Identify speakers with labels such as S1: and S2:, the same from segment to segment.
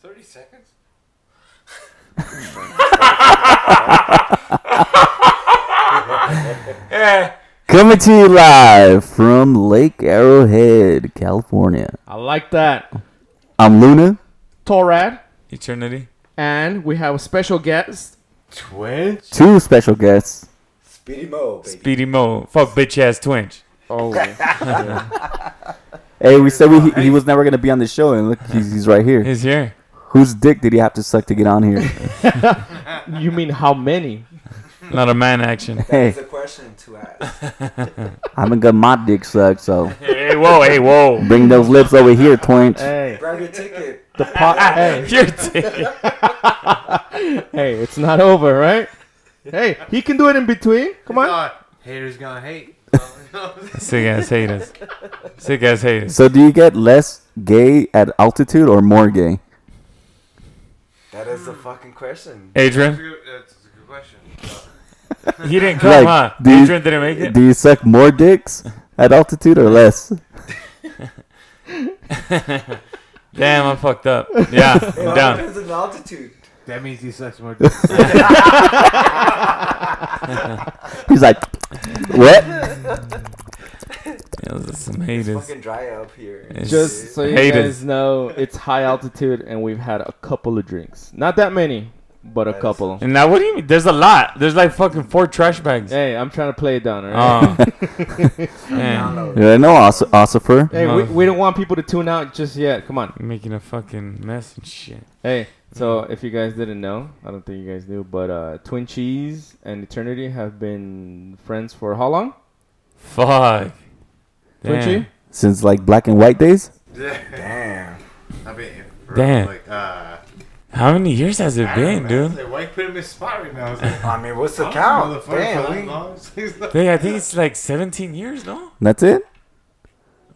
S1: Thirty seconds.
S2: Coming to you live from Lake Arrowhead, California.
S3: I like that.
S2: I'm Luna.
S3: Torad,
S4: Eternity.
S3: and we have a special guest.
S1: Twins.
S2: Two special guests.
S5: Speedy Mo, baby.
S4: Speedy Mo. Fuck bitch ass twinge.
S3: Oh,
S2: Hey, we said we, he, he was never gonna be on the show, and look, he's, he's right here.
S4: He's here.
S2: Whose dick did he have to suck to get on here?
S3: you mean how many?
S4: Not a man action.
S2: Hey,
S5: That's a question to ask.
S2: I haven't got my dick sucked, so
S4: hey, whoa, hey, whoa.
S2: bring those lips over here, twinch.
S3: Hey,
S5: Grab your ticket.
S3: the pot. hey,
S4: Your dick.
S3: hey, it's not over, right? Hey, he can do it in between. Come on.
S1: God, haters gonna hate.
S4: Sick ass haters. Sick ass haters.
S2: So, do you get less gay at altitude or more gay?
S5: That is the fucking question.
S4: Adrian.
S1: That's a good question.
S4: He didn't come,
S2: Like,
S4: huh?
S2: do you-
S4: Adrian didn't make it.
S2: Do you suck more dicks at altitude or less?
S4: Damn, I'm fucked up. Yeah, I'm
S5: Well,
S4: down.
S5: Depends on the altitude.
S1: That means he sucks more. dick.
S2: He's like, what?
S4: Yeah, those are some haters.
S5: Fucking dry up here.
S4: It's
S3: Just so you
S4: haters.
S3: guys know, it's high altitude, and we've had a couple of drinks. Not that many, but a couple.
S4: And now what do you mean? There's a lot. There's like fucking four trash bags.
S3: Hey, I'm trying to play it down, all right?
S4: Oh. man.
S5: Download.
S2: Yeah, no, os- Ossifer.
S3: Hey, we, we don't want people to tune out just yet. Come on.
S4: Making a fucking mess and shit.
S3: Hey, so if you guys didn't know, I don't think you guys knew, but uh, Twin Cheese and Eternity have been friends for how long?
S4: Fuck.
S3: Twin
S4: Damn.
S3: Cheese?
S2: Since like black and white days?
S5: Damn.
S1: I mean, for,
S4: Damn.
S1: Like, uh,
S4: How many years has it
S1: I don't
S4: been,
S1: know, man.
S4: dude?
S1: Like, why you put him in spot right now? I was like,
S5: I mean, what's the
S1: I
S5: count?
S1: don't know, motherfucker, for that
S5: Damn.
S1: long. It's like-
S4: Dude, I think it's like 17 years, no?
S2: That's it?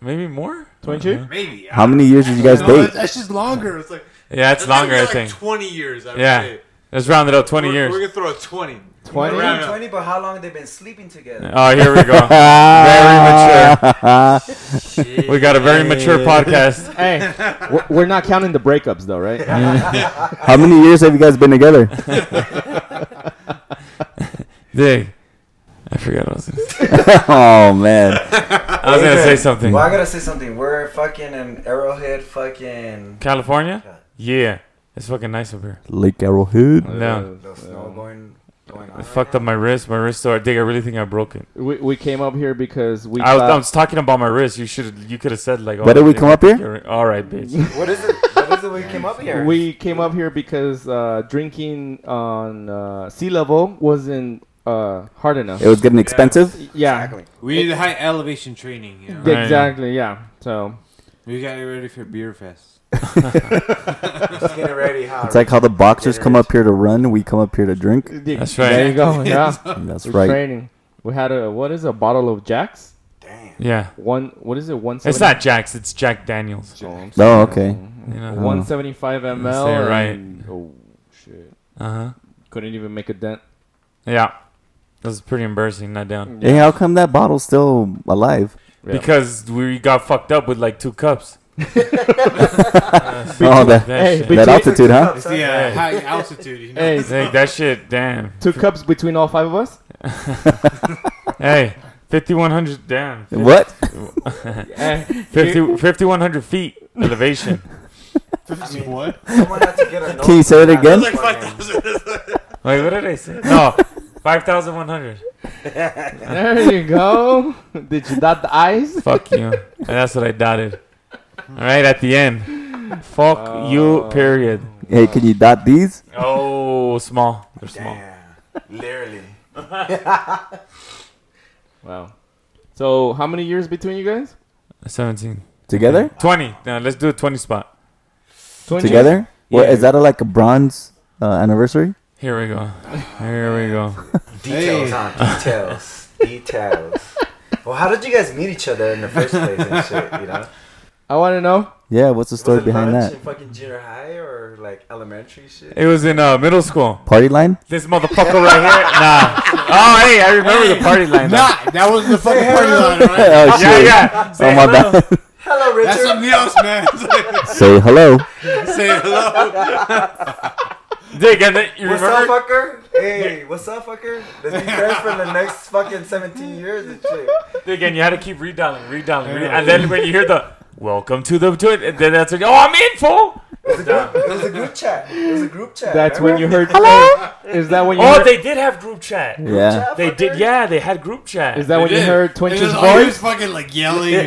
S4: Maybe more?
S3: 22?
S1: Maybe. I
S2: How many years did you guys
S1: don't know,
S2: date?
S1: That's that's just longer. It's like
S4: Yeah, it's
S1: that's gotta
S4: longer,
S1: be
S4: I
S1: like
S4: think.
S1: Twenty years. I would
S4: Yeah.
S1: say.
S4: Let's round it up 20
S1: we're,
S4: years.
S1: We're gonna throw a twenty.
S3: 20?
S1: Round it up.
S5: 20, but how long they've been sleeping together?
S4: Oh, here we go.
S2: Very
S4: we got a very mature podcast.
S3: Hey, we're- we're not counting the breakups though, right?
S2: How many years have you guys been together?
S4: Dig. I forgot what I was going to say.
S2: oh man,
S4: I was going to say something.
S5: Well, I gotta say something. We're fucking in Arrowhead, fucking.
S4: California? Yeah. It's fucking nice up here.
S2: Lake Arrowhead.
S4: I'm down.
S5: No snow going, going on.
S4: I
S5: right
S4: fucked
S5: now.
S4: up my wrist. My wrist sore. Dig, I really think I broke it.
S3: We, we came up here because we
S4: I was, I
S3: thought,
S4: was talking about my wrist. You should you could have said like. Oh,
S2: Why did we
S4: Dig,
S2: come
S4: I
S2: up here?
S4: think you're- All right, bitch.
S5: What is it? What is it we came up here?
S3: we came up here because uh, drinking on uh, sea level wasn't uh, hard enough.
S2: It was getting expensive.
S3: yeah,
S5: Exactly.
S1: We need high elevation training. You know?
S3: Yeah,
S4: Right.
S3: exactly. Yeah, so
S1: We got you ready for beer fest.
S5: Just getting ready. How?
S2: It's like how the boxers come up here to run, we come up here to drink.
S3: that's
S4: right.
S3: There you go. Yeah,
S2: That's
S3: we're
S2: right.
S3: training. We had a what is it, a bottle of Jacks?
S5: Damn.
S4: Yeah.
S3: One what is it? One.
S4: It's not Jack's. It's Jack Daniels.
S2: Oh, okay.
S4: You know.
S3: One seventy five ml.
S4: Say it right.
S3: and- Oh shit!
S4: Uh huh.
S3: Couldn't even make a dent.
S4: Yeah. That was pretty embarrassing. Not down.
S2: Hey, how come that bottle's still alive?
S3: Yeah.
S4: Because we got fucked up with like two cups.
S2: Oh, that,
S4: That
S3: Hey,
S4: shit.
S3: but-
S2: that altitude, huh?
S1: It's the uh, high altitude. You know?
S3: Hey,
S4: Dig, that shit. Damn.
S3: two cups between all five of us.
S4: Hey, 5100 down.
S2: What?
S3: Eh,
S4: 50, 5100 feet elevation.
S5: I mean,
S1: What?
S5: Someone had to get a
S2: Can you say it again?
S1: Like five thousand.
S4: Wait, what did I say? No, 5100.
S3: there you go. Did you dot the eyes?
S4: Fuck you. And that's what I dotted. All right, at the end. Fuck you, period.
S2: Hey, can you dot these?
S4: Oh, small. They're small.
S5: Damn. Literally.
S3: Wow. So how many years between you guys?
S4: 17.
S2: Together?
S4: 20. No, let's do a 20 spot.
S3: 20
S2: Together? What,
S4: Yeah.
S2: is that a, like a bronze uh, anniversary?
S4: Here we go. Here we go.
S5: Details,
S1: Hey.
S5: huh? Details. Details. Well, how did you guys meet each other in the first place and shit, you know?
S3: I want to know.
S2: Yeah, what's the story
S5: Was it
S2: behind
S5: lunch
S2: that?
S5: in fucking junior high or like elementary shit?
S4: It was in uh, middle school.
S2: Party line?
S4: This motherfucker right here. Nah. Oh, hey, I remember the party line. though.
S1: Nah, that wasn't the fucking party line, right?
S2: Oh,
S4: Yeah,
S2: shit.
S4: yeah.
S2: Oh, my bad.
S5: Hello,
S1: That's
S5: Richard.
S1: something else, man. It's like,
S2: Say hello.
S1: say hello.
S4: Dick, and then you
S5: What's
S4: remember?
S5: up, fucker? Hey, what's up, fucker? Let's be friends for the next fucking 17 years and shit.
S4: Dick, and you had to keep redialing, redialing,
S1: Yeah.
S4: re- and then when you hear the "Welcome to the," to it, and then that's when oh, I'm in full.
S5: It was a group, it was a group chat. It was a group chat.
S3: That's when you
S5: remember?
S3: heard. Hello? Is that when you
S4: Oh,
S3: heard?
S4: they did have group chat.
S2: Yeah.
S5: Chat,
S4: They
S5: fucker?
S4: did, yeah. They had group chat.
S3: is that when you heard Twinch's
S1: He was
S3: voice?
S1: fucking like yelling. and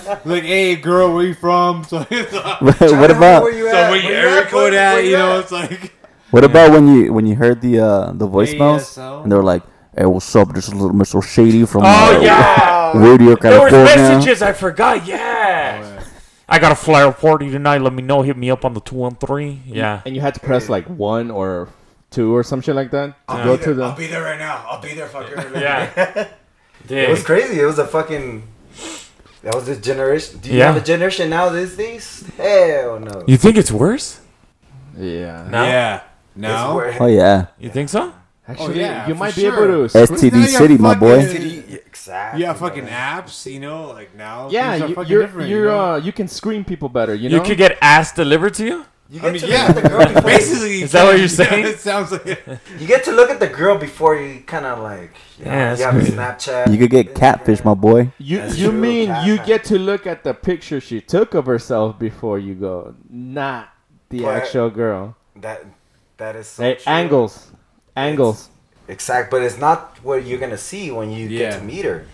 S1: fucking- like, hey, girl, where you from? So, it's like-
S2: what
S5: Where
S2: about
S5: were you
S1: so
S5: at?
S1: we
S5: Where you
S1: air
S5: Where-
S1: code
S5: where
S1: at, you know,
S5: at?
S1: it's like.
S2: what about when you when you heard the uh the voicemails
S1: ASL?
S2: and they were like, "Hey, what's up? This is little Mr. Shady from
S4: oh
S2: uh,
S4: yeah.
S2: Radio
S4: There was
S2: California."
S4: messages I forgot. Yeah. I got a flyer party tonight. Let me know. Hit me up on the two one three. Yeah.
S3: And you had to press like one or two or some shit like that to
S5: I'll
S3: go
S5: be
S3: to the.
S5: there- I'll be there right now. I'll be there, fucker.
S4: Yeah.
S5: It was
S4: Dick.
S5: crazy. It was a fucking. That was this generation. Do you
S4: Yeah.
S5: have a generation now these days? Hell no.
S4: You think it's worse?
S3: yeah.
S4: No.
S1: Yeah.
S5: It's
S1: No.
S5: where-
S2: Oh yeah,
S4: You think so?
S3: Actually,
S1: yeah,
S3: you
S1: for
S3: might
S1: sure.
S3: be able to.
S2: STD
S3: screen-
S1: Now you got
S2: City, my boy.
S1: fucking-
S5: City- Exactly.
S1: You got fucking
S5: man.
S1: apps, you know, like now.
S3: Yeah,
S1: things are
S3: you,
S1: fucking
S3: you're,
S1: different,
S3: you're,
S1: you know?
S3: uh, you can screen people better. You
S4: You,
S3: know,
S4: could get ass delivered to you.
S5: You
S1: I
S5: get
S1: mean,
S5: to look
S1: yeah,
S5: at the girl before-
S1: basically.
S4: Is that what you're
S1: yeah,
S4: saying?
S1: it sounds like it.
S5: You get to look at the girl before you kind of like. You know,
S4: Yeah, that's
S5: you have
S4: crazy.
S5: Snapchat.
S2: you could get catfish, my boy.
S3: you
S5: That's
S3: you
S5: true,
S3: mean
S5: cat
S3: you
S5: hat.
S3: get to look at the picture she took of herself before you go, not the
S5: But-
S3: actual girl.
S5: That that is so
S3: Hey,
S5: true.
S3: angles, angles.
S5: Exact, but it's not what you're gonna see when you
S1: Yeah.
S5: get to meet her.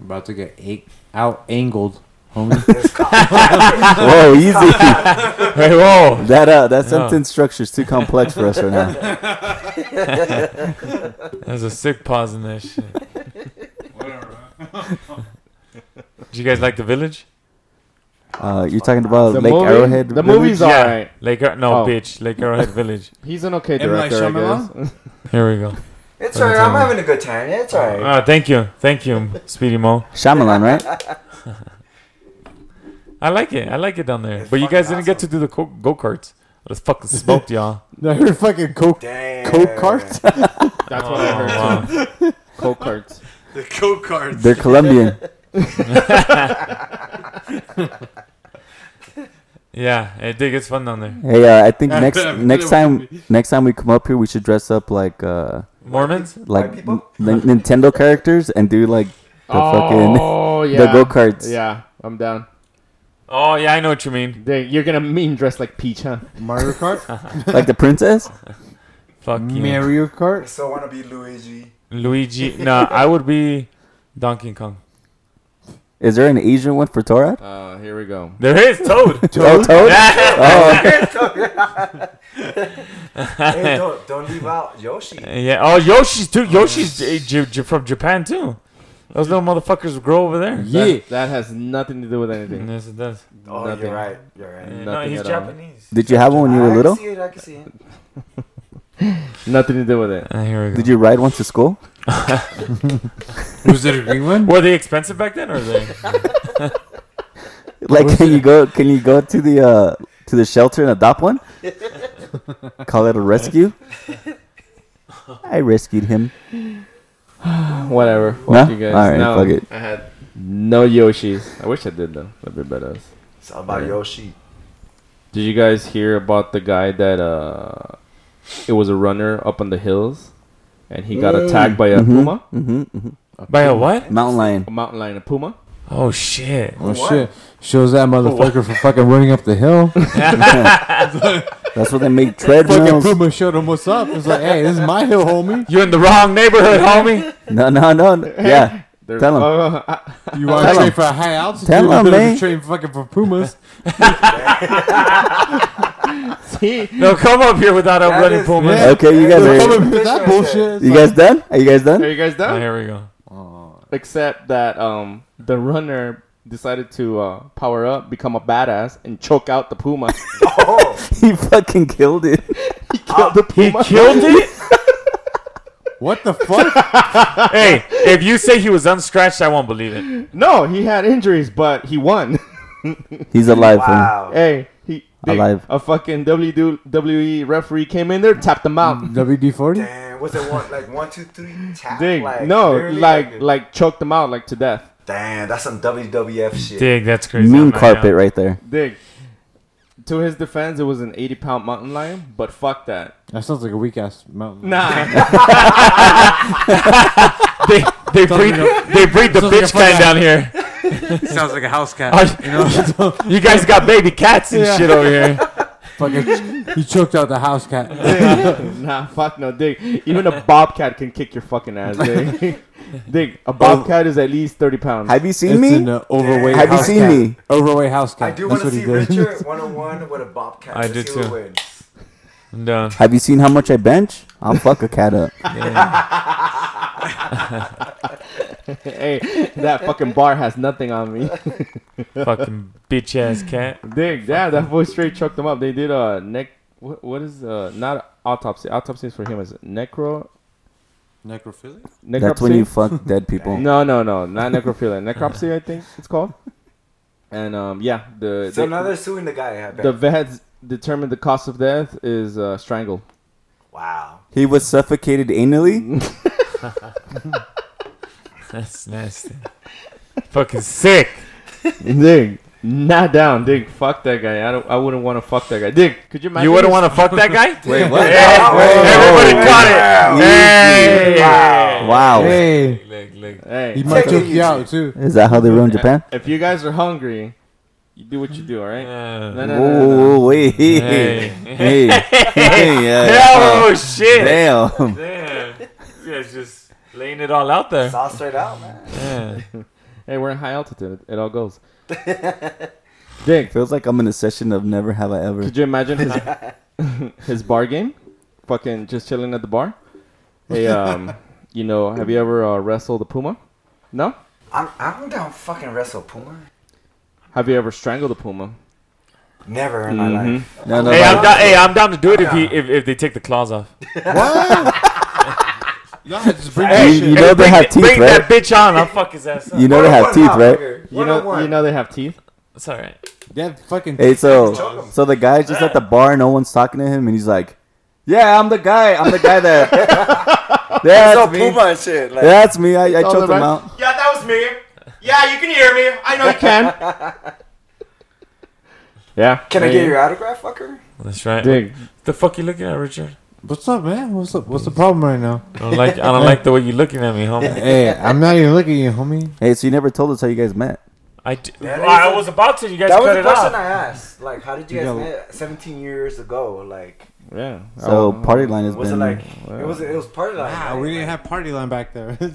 S1: About to get eight, out angled, homie.
S5: It's called-
S2: Whoa, easy. that
S4: Hey, whoa.
S2: uh, that sentence structure is too complex for us right now.
S4: There's a sick pause in that shit.
S1: Whatever.
S4: Did you guys like the village?
S2: Uh, you're talking about
S3: The
S2: Lake
S3: movie-
S2: Arrowhead.
S3: The
S2: Village?
S3: movie's
S4: Yeah.
S3: alright.
S4: Lake, Ar- no,
S3: Oh.
S4: bitch. Lake Arrowhead Village.
S3: He's an okay
S1: M. Night
S3: director, I guess.
S4: Here we go.
S5: it's alright.
S4: um,
S5: I'm having a good time. Yeah, it's alright.
S4: Ah, thank you, thank you, Speedy Mo.
S2: Shyamalan, right?
S4: I like it. I like it down there.
S5: It's
S4: but you guys
S5: fucking
S4: didn't get to do the go karts. I was fucking smoked, y'all.
S2: I heard fucking coke
S5: Damn.
S2: coke cart.
S3: That's what I
S4: Oh,
S3: heard.
S4: wow.
S3: Coke carts.
S1: The go karts.
S2: They're Colombian.
S4: Yeah, I think it's fun down there.
S2: Hey, uh, I think
S1: Yeah,
S2: next
S1: I'm
S2: next
S1: gonna-
S2: time next time we come up here, we should dress up like uh
S4: Mormons?
S2: like
S5: White
S2: n-
S5: people?
S2: Nin- Nintendo characters and do like the fucking
S3: oh yeah.
S2: the go karts.
S3: Yeah, I'm down.
S4: Oh yeah, I know what you mean.
S3: They- You're gonna mean dress like Peach, huh?
S1: Mario Kart?
S2: like the princess.
S4: Fuck you,
S1: Mario
S5: I
S1: Kart?
S5: still want to be Luigi.
S4: Luigi. Nah, I would be Donkey Kong.
S2: Is there an Asian one for Torah?
S3: Uh, here we go.
S4: There is Toad.
S2: Oh, Toad. Oh, okay.
S5: hey, don't don't leave out Yoshi.
S4: yeah. Oh, Yoshi's too. Yoshi's uh, J- J- from Japan too. Those little motherfuckers grow over there.
S3: That,
S1: Yeah.
S3: that has nothing to do with anything.
S4: Yes, it does.
S5: Oh,
S3: Nothing.
S5: you're right. You're right.
S4: Yeah, no,
S3: Nothing
S4: he's
S3: at all.
S4: Japanese.
S2: Did you have one when you
S5: I
S2: were little?
S5: can see it. I can see it.
S3: Nothing to do with it.
S4: Uh, here we go.
S2: Did you ride one to school?
S1: Was it a green one?
S4: Were they expensive back then, or they?
S2: Like, can you go? Can you go to the uh to the shelter and adopt one? Call it a rescue. I rescued him.
S3: Whatever. Fuck
S2: No?
S3: you guys.
S2: Alright,
S3: no,
S2: fuck it.
S3: I had no Yoshis. I wish I did though. That'd be badass.
S5: It's all about
S3: Yeah.
S5: Yoshi.
S3: Did you guys hear about the guy that uh it was a runner up on the hills and he
S2: Mm.
S3: got attacked by a puma?
S2: hmm hmm
S4: By a what?
S2: Mountain lion.
S3: A mountain lion, a puma?
S4: Oh shit!
S1: Oh
S5: What?
S1: shit! Shows that motherfucker for fucking running up the hill.
S2: That's what they make
S1: fucking
S2: treadmills.
S1: Puma showed him what's up. It's like, hey, this is my hill, homie.
S4: You're in the wrong neighborhood, homie.
S2: No, no, no. no. Yeah.
S3: There's-
S2: Tell him.
S3: Oh, I-
S1: You want to
S2: Tell
S1: train
S2: him.
S1: for a high altitude?
S2: Tell him,
S1: you better
S2: man.
S1: Train fucking for Pumas.
S3: see,
S4: No, come up here without a
S5: That
S4: running
S5: is-
S4: puma.
S1: Yeah.
S2: Okay, you guys
S1: They're
S5: Hey.
S2: are.
S1: coming with that bullshit.
S2: You guys done? Are you guys
S3: are
S2: done?
S3: you guys
S4: Oh,
S3: done?
S4: here we go.
S3: Except that um the runner decided to uh, power up, become a badass, and choke out the puma.
S5: Oh,
S2: He fucking killed it.
S3: he killed the
S4: He
S3: puma.
S4: killed it.
S1: What the fuck?
S4: hey, if you say he was unscratched, I won't believe it.
S3: No, he had injuries, but he won.
S2: He's alive. homie.
S5: wow.
S3: hey, he they-
S2: Alive.
S3: A fucking WWE E referee came in there, tapped him out.
S1: WD forty?
S5: Damn, was it one like one, two, three? Tap,
S3: Dig.
S5: like,
S3: no,
S5: literally,
S3: like like choked him out like to death.
S5: Damn, that's some WWF shit.
S6: Dig, that's crazy. I'm
S2: Mean
S6: not
S2: carpet
S6: down.
S2: right there.
S3: Dig. To his defense, it was an 80 pound mountain lion, but fuck that.
S1: That sounds like a weak ass mountain.
S3: Nah.
S6: They, they breed, they breed the
S1: Sounds like a
S6: bitch
S1: fucking-
S6: kind down here.
S4: Sounds like a house cat.
S6: you, guys got baby cats and shit over here.
S1: Fucking, he choked out the house cat.
S3: nah, fuck no, Dig. Even a bobcat can kick your fucking ass, Dig. Dig, a bobcat is at least 30 pounds.
S2: Have you seen
S1: It's
S2: me?
S1: an uh, overweight.
S2: Have you
S1: house
S2: seen
S1: cat.
S2: me?
S1: Overweight house cat.
S5: I do want
S1: That's
S5: to
S1: what he
S5: see
S1: did.
S5: Richard one on one with a bobcat.
S6: I
S5: Let's
S6: do
S5: see who
S6: too.
S5: wins.
S6: I'm done.
S2: Have you seen how much I bench? I'll fuck a cat up.
S3: hey, that fucking bar has nothing on me.
S6: Fucking bitch ass cat.
S3: Dig, yeah, that boy straight choked him up. They did a neck. What, what is uh not autopsy? Autopsy is for him. Is it necro?
S1: Necrophilia?
S3: Necropsy?
S2: That's when you fuck dead people.
S3: No, no, no, not necrophilia. Necropsy, I think it's called. And um, yeah, the
S5: So
S3: the,
S5: now they're suing the guy. I bet.
S3: the vets determined the cause of death is uh, strangled.
S5: wow.
S2: He was suffocated anally.
S6: That's nasty. Fucking sick.
S3: Dig, not down. Dig, fuck that guy. I don't. I wouldn't want to fuck that guy. Dig, could you imagine?
S6: You wouldn't
S3: this?
S6: want to fuck that guy?
S2: Wait, what?
S5: Oh,
S6: Everybody
S5: wow.
S6: caught it. Hey.
S5: Wow.
S2: Wow.
S1: Hey,
S4: Look, look.
S3: Hey,
S1: he might
S5: Take it
S1: choke you
S5: easy.
S1: out too.
S2: Is that how they ruined
S3: if-
S2: Japan?
S3: If you guys are hungry, you do what you do. All right. No, no,
S4: Uh,
S2: Whoa,
S3: no, no, no.
S2: whoa, whoa, wait.
S4: Hey.
S2: Hey. Hey. yeah, yeah.
S6: Oh, shit.
S2: Damn.
S4: damn. You guys just laying it all out there.
S5: It's all straight out, man.
S4: Yeah.
S3: Hey, we're in high altitude. It, it all goes. Dig,
S2: Feels like I'm in a session of Never Have I Ever.
S3: could you imagine his his bar game? Fucking just chilling at the bar. Hey, um, you know, have you ever uh, wrestled a puma? No.
S5: I'm I'm down fucking wrestle Puma.
S3: Have you ever strangled a puma?
S5: Never in my life.
S2: No, no,
S6: Hey,
S2: no.
S6: I'm down. Hey, I'm down to do it if he if, if they take the claws off.
S1: Nah, just bring
S2: You-
S1: that
S2: you
S1: shit.
S2: know they
S6: bring
S2: have
S6: that-
S2: teeth,
S6: bring
S2: right?
S6: that bitch on. I'll fuck his ass up.
S2: You know they have teeth, right?
S3: You know, you know they have teeth.
S4: It's all right.
S1: That fucking.
S2: Hey, so so the guy's just at the bar, no one's talking to him, and he's like, "Yeah, I'm the guy. I'm the guy that." That's me.
S5: Puma and shit. Like,
S2: That's me. I, I
S3: all
S2: choked him
S3: right.
S2: out.
S6: Yeah, that was me. Yeah, you can hear me. I know you
S3: Can. yeah.
S5: Can I
S3: hey,
S5: get your autograph, fucker?
S4: That's right.
S3: Dig.
S4: The fuck you looking at, Richard?
S1: What's up, man? What's up? What's the problem right now?
S4: I don't like. I don't like the way you're looking at me, homie.
S1: hey, I'm not even looking at you, homie.
S2: Hey, so you never told us how you guys met?
S4: I, d-
S5: That
S6: I
S5: is-
S6: was about to. You guys
S5: That was
S6: cut
S5: the
S6: it
S5: question
S6: off.
S5: I asked. Like, how did you
S1: You
S5: guys
S1: got-
S5: meet 17 years ago? Like,
S3: Yeah.
S2: So
S3: Oh,
S2: party line has
S5: was it
S2: been.
S5: like it was it was party line?
S1: Ah,
S5: right?
S1: we didn't
S5: Like,
S1: have party line back there.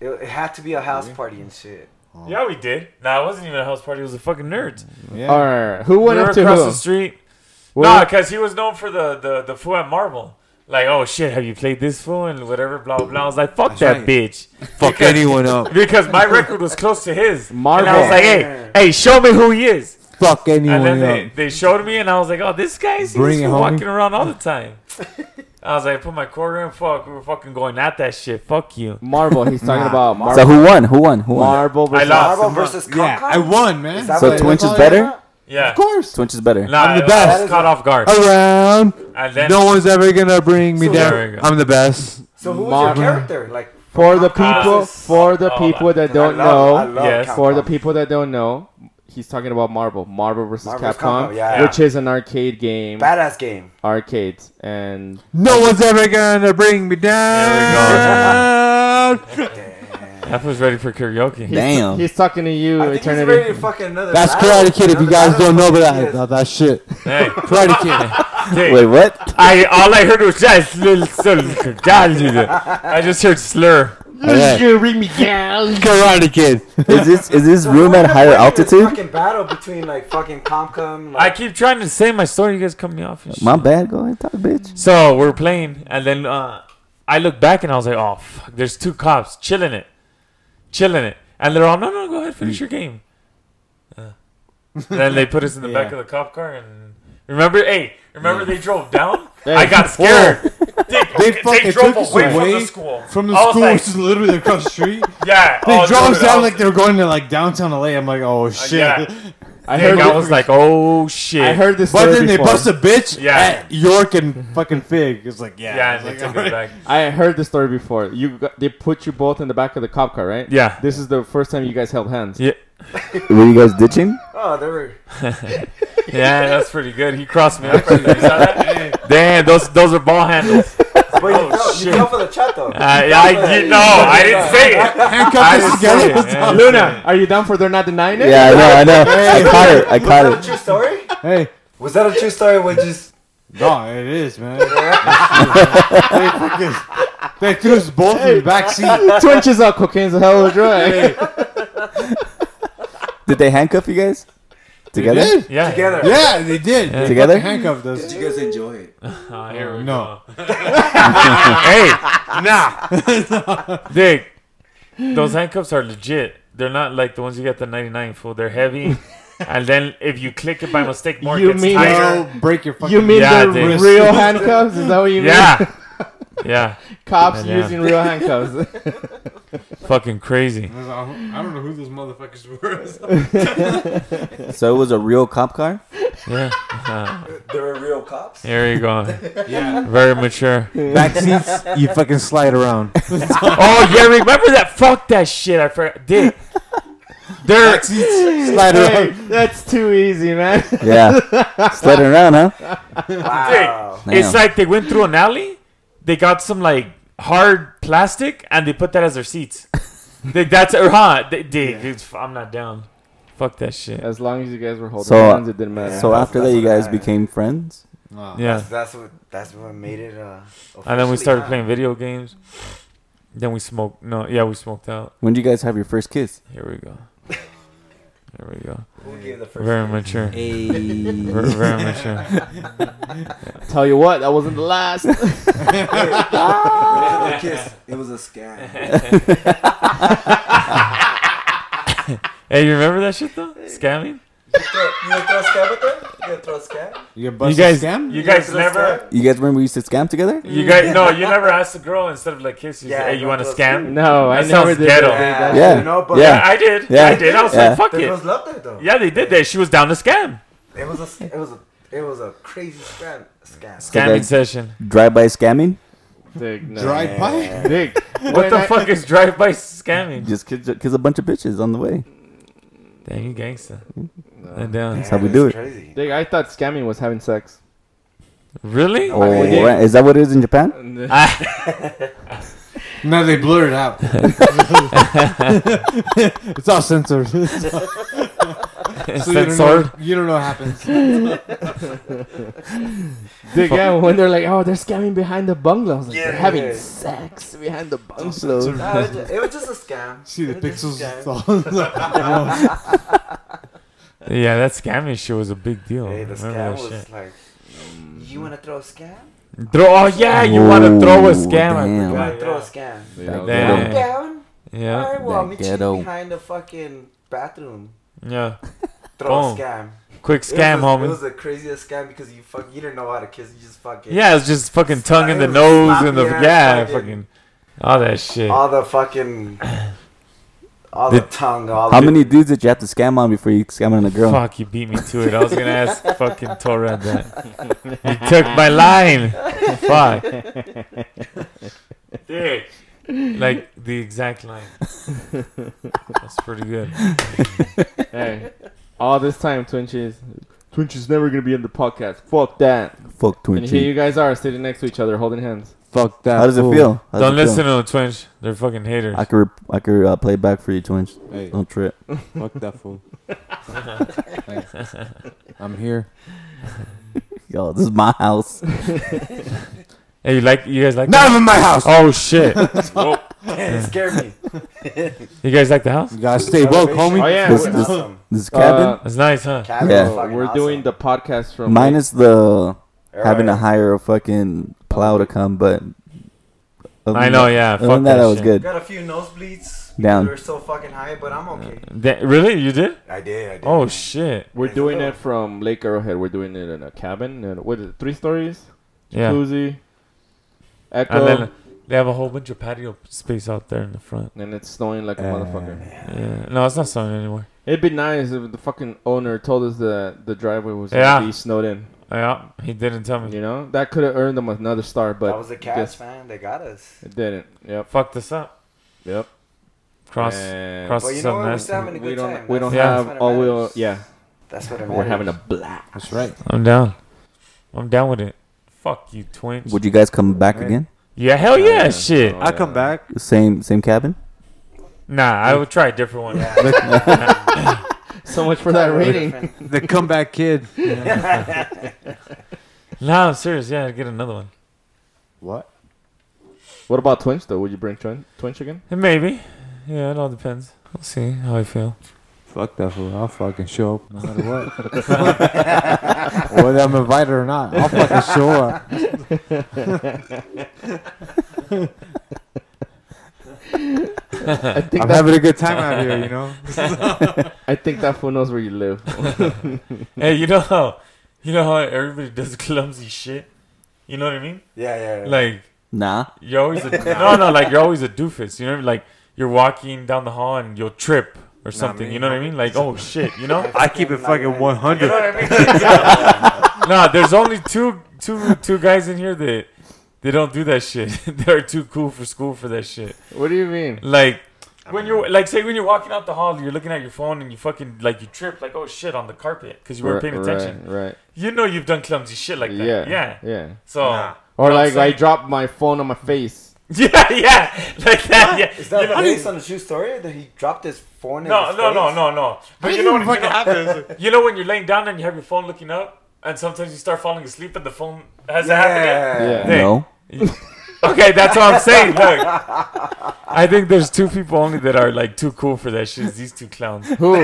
S5: It, it had to be a house party and shit.
S4: Yeah, we did. Nah, it wasn't even a house party. It was a fucking nerds.
S1: yeah.
S3: All right, all right. Who
S4: We
S3: went
S4: were
S3: up to
S4: across the
S3: who?
S4: street.
S3: What
S4: Nah,
S3: went-
S4: because he was known for the the the fool at Marvel. Like, oh shit, have you played this fool and whatever, blah blah. blah. I was like, fuck that
S1: right.
S4: bitch.
S1: Fuck anyone up.
S4: Because my record was close to his.
S3: Marvel.
S4: And I was like, hey, hey, show me who he is.
S1: Fuck
S4: And then
S1: anyone
S4: they,
S1: up.
S4: they showed me, and I was like, oh, this guy's
S1: Bring it, homie.
S4: walking around all the time. I was like, put my quarter in. Fuck, we were fucking going at that shit. Fuck you.
S3: Marvel. He's talking about Marvel.
S2: So who won? Who won? Who won?
S3: Marvel
S4: I
S3: versus
S4: lost.
S5: Marvel versus Capcom.
S1: Yeah, I won, man.
S5: Is that
S2: So
S5: what it
S2: Twitch
S5: is?
S2: is better?
S4: Yeah.
S1: Of course.
S2: Twitch is better.
S4: Nah,
S1: I'm the
S4: I-
S1: best.
S4: I was caught off guard.
S1: Around.
S4: And then
S1: No one's ever gonna bring me
S5: So
S4: there we
S1: down.
S4: go.
S1: I'm the best.
S5: So who was
S3: Marvel.
S5: your character? Like
S3: for the
S4: Ah,
S3: people.
S5: this is-
S3: For the
S4: oh,
S3: people that
S5: I
S3: don't
S5: love- I
S3: know.
S5: love
S4: Yes.
S3: For the
S5: Capcom.
S3: people that don't know, he's talking about Marvel. Marvel versus
S5: Marvel versus
S3: Capcom,
S5: Capcom, yeah.
S3: which is an arcade game.
S5: Badass game.
S3: Arcades and
S1: No one's ever gonna bring me down.
S4: I was ready for karaoke.
S2: Damn.
S3: he's talking to you
S5: I think he's ready to
S3: eternity.
S5: fucking another.
S1: That's
S5: battle.
S1: Karate Kid. If you
S5: Another
S1: guys
S5: battle.
S1: don't know
S5: Yes.
S1: that, that, that shit.
S4: Hey,
S1: Karate Kid.
S4: dude,
S2: Wait, what?
S4: I all I heard was just little slur. I just heard slur.
S2: Alright.
S3: ring me down.
S1: Karate Kid.
S2: Is this is this
S5: Who
S2: room
S5: ended
S2: at
S5: up
S2: higher
S5: winning this
S2: altitude?
S5: Fucking battle between like fucking Capcom.
S4: I
S5: Like,
S4: keep trying to say my story. You guys cut me off. and shit.
S2: My bad. Go ahead, talk, bitch.
S4: So we're playing, and then uh, I look back and I was like, "Oh, fuck, there's two cops chilling it, chilling it," and they're all, "No, no, go ahead, finish your game." Uh, then they put us in the back
S1: Mm. Yeah.
S4: of the cop car, and remember, hey, remember they drove down.
S3: Hey.
S4: I got scared. they,
S1: They
S4: they
S1: fucking
S4: drove
S1: took us
S4: away,
S1: away
S4: from the school.
S1: From the
S4: I was
S1: school,
S4: like,
S1: which is literally across the street.
S4: yeah,
S1: They
S4: oh,
S1: drove
S4: dude,
S1: us
S4: I
S1: down
S4: was-
S1: like they were going to like downtown LA. I'm like, oh shit.
S4: yeah.
S3: I
S4: Dick,
S3: heard,
S4: I was like, oh shit.
S3: I heard this
S1: But
S3: story
S1: then they
S3: before.
S1: bust a bitch
S4: Yeah.
S1: at York and fucking Fig. It's like, yeah.
S4: yeah,
S1: It's
S4: and they
S1: like,
S4: took
S1: alright.
S4: it back.
S3: I heard this story before. You got, they put you both in the back of the cop car, right?
S4: Yeah.
S3: This is the first time you guys held hands.
S4: Yeah.
S2: Were you guys ditching?
S5: Oh, they were.
S4: Yeah, that's pretty good. He crossed me up. right there. You saw that? Damn, those those are ball handles.
S5: But you, fell, you
S4: Oh, shit.
S5: fell for the chat though.
S4: Uh, yeah, I you know. I didn't say it. I didn't say it. yeah.
S3: Luna, are you down for they're not denying it?
S2: Yeah, I know, I know. I caught it. I caught it.
S5: Was that a true story?
S1: Hey,
S5: Was that a true story? With just
S1: no, it is, man. they, fucking, they threw us both in the back seat.
S3: Two inches out, cocaine's a hell of a drug.
S2: Did they handcuff you guys together?
S1: They did.
S4: Yeah.
S5: together.
S1: Yeah, they did. They
S2: Together?
S1: fucking handcuffed us.
S7: Did you guys enjoy it?
S4: Oh, here we
S1: No.
S4: go. hey, nah. Dick, those handcuffs are legit. They're not like the ones you get at the 99 fool. They're heavy. and then if you click it by mistake, more
S3: You
S4: it gets
S3: mean-
S4: tighter.
S1: No, break your fucking
S3: You mean
S4: Yeah,
S3: the
S4: dude.
S3: real handcuffs? Is that what you mean?
S4: Yeah. yeah.
S3: Cops
S4: Yeah.
S3: using real handcuffs.
S4: Fucking crazy.
S1: I was like, I don't know who those motherfuckers were.
S2: So it was a real cop car?
S4: Yeah. Uh,
S5: There were real cops.
S4: here you go.
S1: yeah.
S4: Very mature.
S1: Back seats, you fucking slide around.
S4: Oh, yeah. Remember that? Fuck that shit. I forgot. Dick. They're,
S1: seats, slide
S3: hey,
S1: around.
S3: that's too easy, man.
S2: Yeah. Sledding around, huh?
S5: Wow.
S2: Damn.
S4: It's like they went through an alley, they got some like hard plastic, and they put that as their seats. They- that's or huh? They, they, dude, f- I'm not down. Fuck that shit.
S3: As long as you guys were holding
S2: So,
S3: hands, it didn't matter.
S2: So
S5: Yeah,
S2: after
S5: that's
S2: that, you
S5: what
S2: guys
S5: I-
S2: became friends?
S1: Oh.
S4: Yeah.
S5: That's what. That's what made it. Uh,
S4: And then we
S5: officially
S4: started
S5: hot.
S4: playing video games. Then we smoked. No, yeah, we smoked out.
S2: When did you guys have your first kiss?
S4: Here we go. Here we go.
S5: Who gave the first?
S4: Very mature. Very,
S2: Hey.
S4: very mature.
S3: Tell you what, that wasn't the last.
S7: It kiss. It was a scam.
S4: Hey, you remember that shit though? Scamming.
S5: You throw- you gonna throw a scab at them? You gonna throw a scab?
S1: You get busted
S4: guys-
S1: scam?
S4: You guys
S5: gonna throw a
S4: never.
S5: scab?
S2: You guys remember we used to scam together?
S4: You guys no. You never asked a girl instead of like kiss. You
S5: Yeah,
S4: say, hey, you
S5: don't
S4: want to
S5: do a
S4: scam?
S3: no, I
S4: That
S3: never
S4: sounds
S3: did.
S4: ghetto.
S3: that.
S5: Yeah.
S2: Yeah.
S5: You know, but
S2: Yeah.
S4: Yeah, I did.
S2: Yeah.
S4: I did. I was
S2: Yeah.
S4: like, fuck
S5: There
S4: it.
S5: was love there though.
S4: Yeah, they did that. She was down to scam.
S5: It was a. It was a. It was a crazy scam. Scam.
S4: Scamming
S2: Okay.
S4: session.
S2: Drive by scamming?
S3: Dick, no.
S1: Dry pie?
S3: Dick,
S4: What the fuck is drive by scamming?
S2: Just kiss, kiss a bunch of bitches on the way.
S4: Damn, you gangster. And down.
S2: That's how we do it.
S5: Crazy.
S3: Dick, I thought scamming was having sex.
S4: Really?
S2: Oh, right. Is that what it is in Japan?
S4: I,
S1: No, they blur it out. it's all censored. so You don't, know,
S4: Censored.
S1: you don't know what happens.
S3: Dick, yeah, when they're like, oh, they're scamming behind the bungalow. I was like,
S5: Yeah,
S3: they're having
S5: yeah.
S3: sex behind the bungalow.
S5: No, it, was just, it was just a scam.
S1: See the
S5: It was just
S1: pixels.
S5: a
S1: It's
S5: scam.
S1: all-
S4: yeah, that scamming shit was a big deal.
S5: Hey, the
S4: Remember
S5: scam
S4: that
S5: was
S4: shit.
S5: like, you wanna throw a scam?
S4: Throw, oh, yeah, you want to throw a
S2: Ooh,
S4: scam. I
S2: damn.
S5: You
S4: forgot,
S5: wanna throw a scam?
S2: That
S4: Damn.
S5: Come
S2: ghetto.
S5: down. All
S4: Yeah.
S5: right, well, I'll
S2: That
S5: meet you
S2: ghetto.
S5: behind the fucking bathroom.
S4: Yeah.
S5: Throw
S4: Boom.
S5: a scam.
S4: Quick
S5: It
S4: scam,
S5: was, It
S4: homie.
S5: was the craziest scam because you fuck, you didn't know how to kiss. You just fucking
S4: yeah, it's just fucking tongue in the
S5: It was
S4: nose and the.
S5: sloppy ass
S4: Yeah,
S5: fucking-
S4: fucking. All that shit.
S5: All the fucking, all the, tongue. All
S2: How
S5: the,
S2: many dudes did you have to scam on before you scam on a girl?
S4: Fuck, you beat me to it. I was gonna ask fucking Torad that. You took my line. Fuck. Dude. Like the exact line. That's pretty good.
S3: Hey, all this time, Twinchies. Twinch is never gonna be in the podcast. Fuck that.
S2: Fuck
S3: And here you
S2: Twinchie.
S3: guys are sitting next to each other, holding hands.
S1: Fuck that.
S2: How does it
S1: fool.
S2: feel? How does
S4: Don't
S2: it feel?
S4: listen to the twins. They're fucking haters.
S2: I could rep- I could uh, play back for you, Twinch.
S1: Hey,
S2: Don't trip.
S1: Oh, fuck that fool. Thanks. I'm here.
S2: Yo, this is my house.
S4: Hey, you like you guys like the
S1: Not in my house.
S4: Oh shit. Whoa.
S5: it scared me.
S4: You guys like the house?
S1: You gotta stay woke, homie.
S3: Oh, yeah.
S2: This-
S5: this,
S2: this-
S5: awesome.
S2: This is
S3: Uh,
S2: cabin.
S4: It's nice, huh?
S5: Cabin
S2: Yeah.
S5: was
S3: So
S5: fucking
S3: we're
S5: awesome.
S3: doing the podcast from
S2: Minus the
S5: Alright.
S2: having to hire a fucking plow to come, but other
S4: I
S2: than
S4: know,
S2: that-
S4: yeah.
S2: Other than
S4: Fuck
S2: that,
S4: that,
S2: that was
S4: shit.
S2: good.
S5: Got a few nosebleeds.
S2: Down.
S5: They were so fucking high, but I'm okay.
S4: That- really? You did?
S5: I did. I did.
S4: Oh
S5: man.
S4: shit.
S3: We're doing it from Lake Arrowhead. We're doing it in a cabin. And what is it? Three stories.
S4: Yeah.
S3: Jacuzzi. Echo.
S4: And
S3: And,
S4: then they have a whole bunch of patio space out there in the front.
S3: it's snowing like a
S2: Uh,
S3: motherfucker.
S4: Yeah. No, it's not snowing anymore.
S3: It'd be nice if the fucking owner told us that the driveway was
S4: Yeah.
S3: gonna be snowed in.
S4: Yeah, uh, he didn't tell me.
S3: You know that could have earned them another star, but
S5: that was the Cavs,
S3: guess
S5: man. They got us.
S3: it didn't. Yep,
S4: Fuck this up.
S3: yep.
S4: Cross.
S3: And
S4: cross
S5: But you
S4: some
S5: know what? We're
S4: nasty.
S5: still having a good
S3: we don't.
S5: time.
S3: We don't
S5: That's- that's
S3: have
S5: what it
S3: all wheel.
S5: matters.
S3: Yeah,
S5: That's what it
S3: we're having a
S5: matters.
S3: blast.
S1: That's right.
S4: I'm down. I'm down with it. Fuck you, twins.
S2: Would you guys come back
S1: Right.
S2: again?
S4: yeah, hell yeah,
S3: yeah.
S4: shit.
S3: Oh,
S1: I come
S3: yeah.
S1: back.
S2: Same same cabin?
S4: Nah, I would try a different one.
S3: So much for that rating.
S1: The comeback kid.
S4: Nah, I'm serious. Yeah, I'd get another one.
S1: What?
S3: What about Twinch though? Would you bring Twin Twinch again?
S4: Eh, Maybe. Yeah, it all depends. We'll see how I feel.
S1: Fuck that fool. I'll fucking show up no matter what. Whether I'm invited or not, I'll fucking show up.
S3: I think
S1: I'm
S3: that,
S1: having a good time out here, you know?
S3: I think that fool knows where you live.
S4: Hey, you know how you know how everybody does clumsy shit? You know what I mean?
S5: Yeah, yeah. yeah.
S4: Like
S2: Nah.
S4: you're always a no no, like you're always a doofus. You know what I mean? Like you're walking down the hall and you'll trip or something.
S5: me.
S4: you know what I mean? Like, oh shit, you know?
S1: I keep it fucking
S5: you know
S1: 100.
S5: what I mean?
S4: nah, there's only two two two guys in here that they don't do that shit. They're too cool for school for that shit.
S3: what do you mean?
S4: Like when you're like say when you're walking out the hall, you're looking at your phone and you fucking like you trip like oh shit on the carpet because you weren't paying attention.
S3: Right.
S4: You know you've done clumsy shit like
S3: yeah.
S4: that. Yeah.
S3: Yeah.
S4: So
S3: Or
S4: No,
S3: like
S4: so
S3: I
S4: you-
S3: dropped my phone on my face.
S4: yeah, yeah, like that. Yeah.
S5: Is that
S4: You know-
S5: based on the true story that he dropped his phone? in
S4: no,
S5: his
S4: no,
S5: face?
S4: no, no, no. But you know, when, you, know, you know when you're laying down and you have your phone looking up, and sometimes you start falling asleep and the phone has it happened. yet?
S5: Yeah.
S3: Yeah.
S4: Hey.
S2: No.
S4: Okay, that's what I'm saying. Look, I think there's two people only that are like too cool for that shit. is These two clowns,
S3: Who?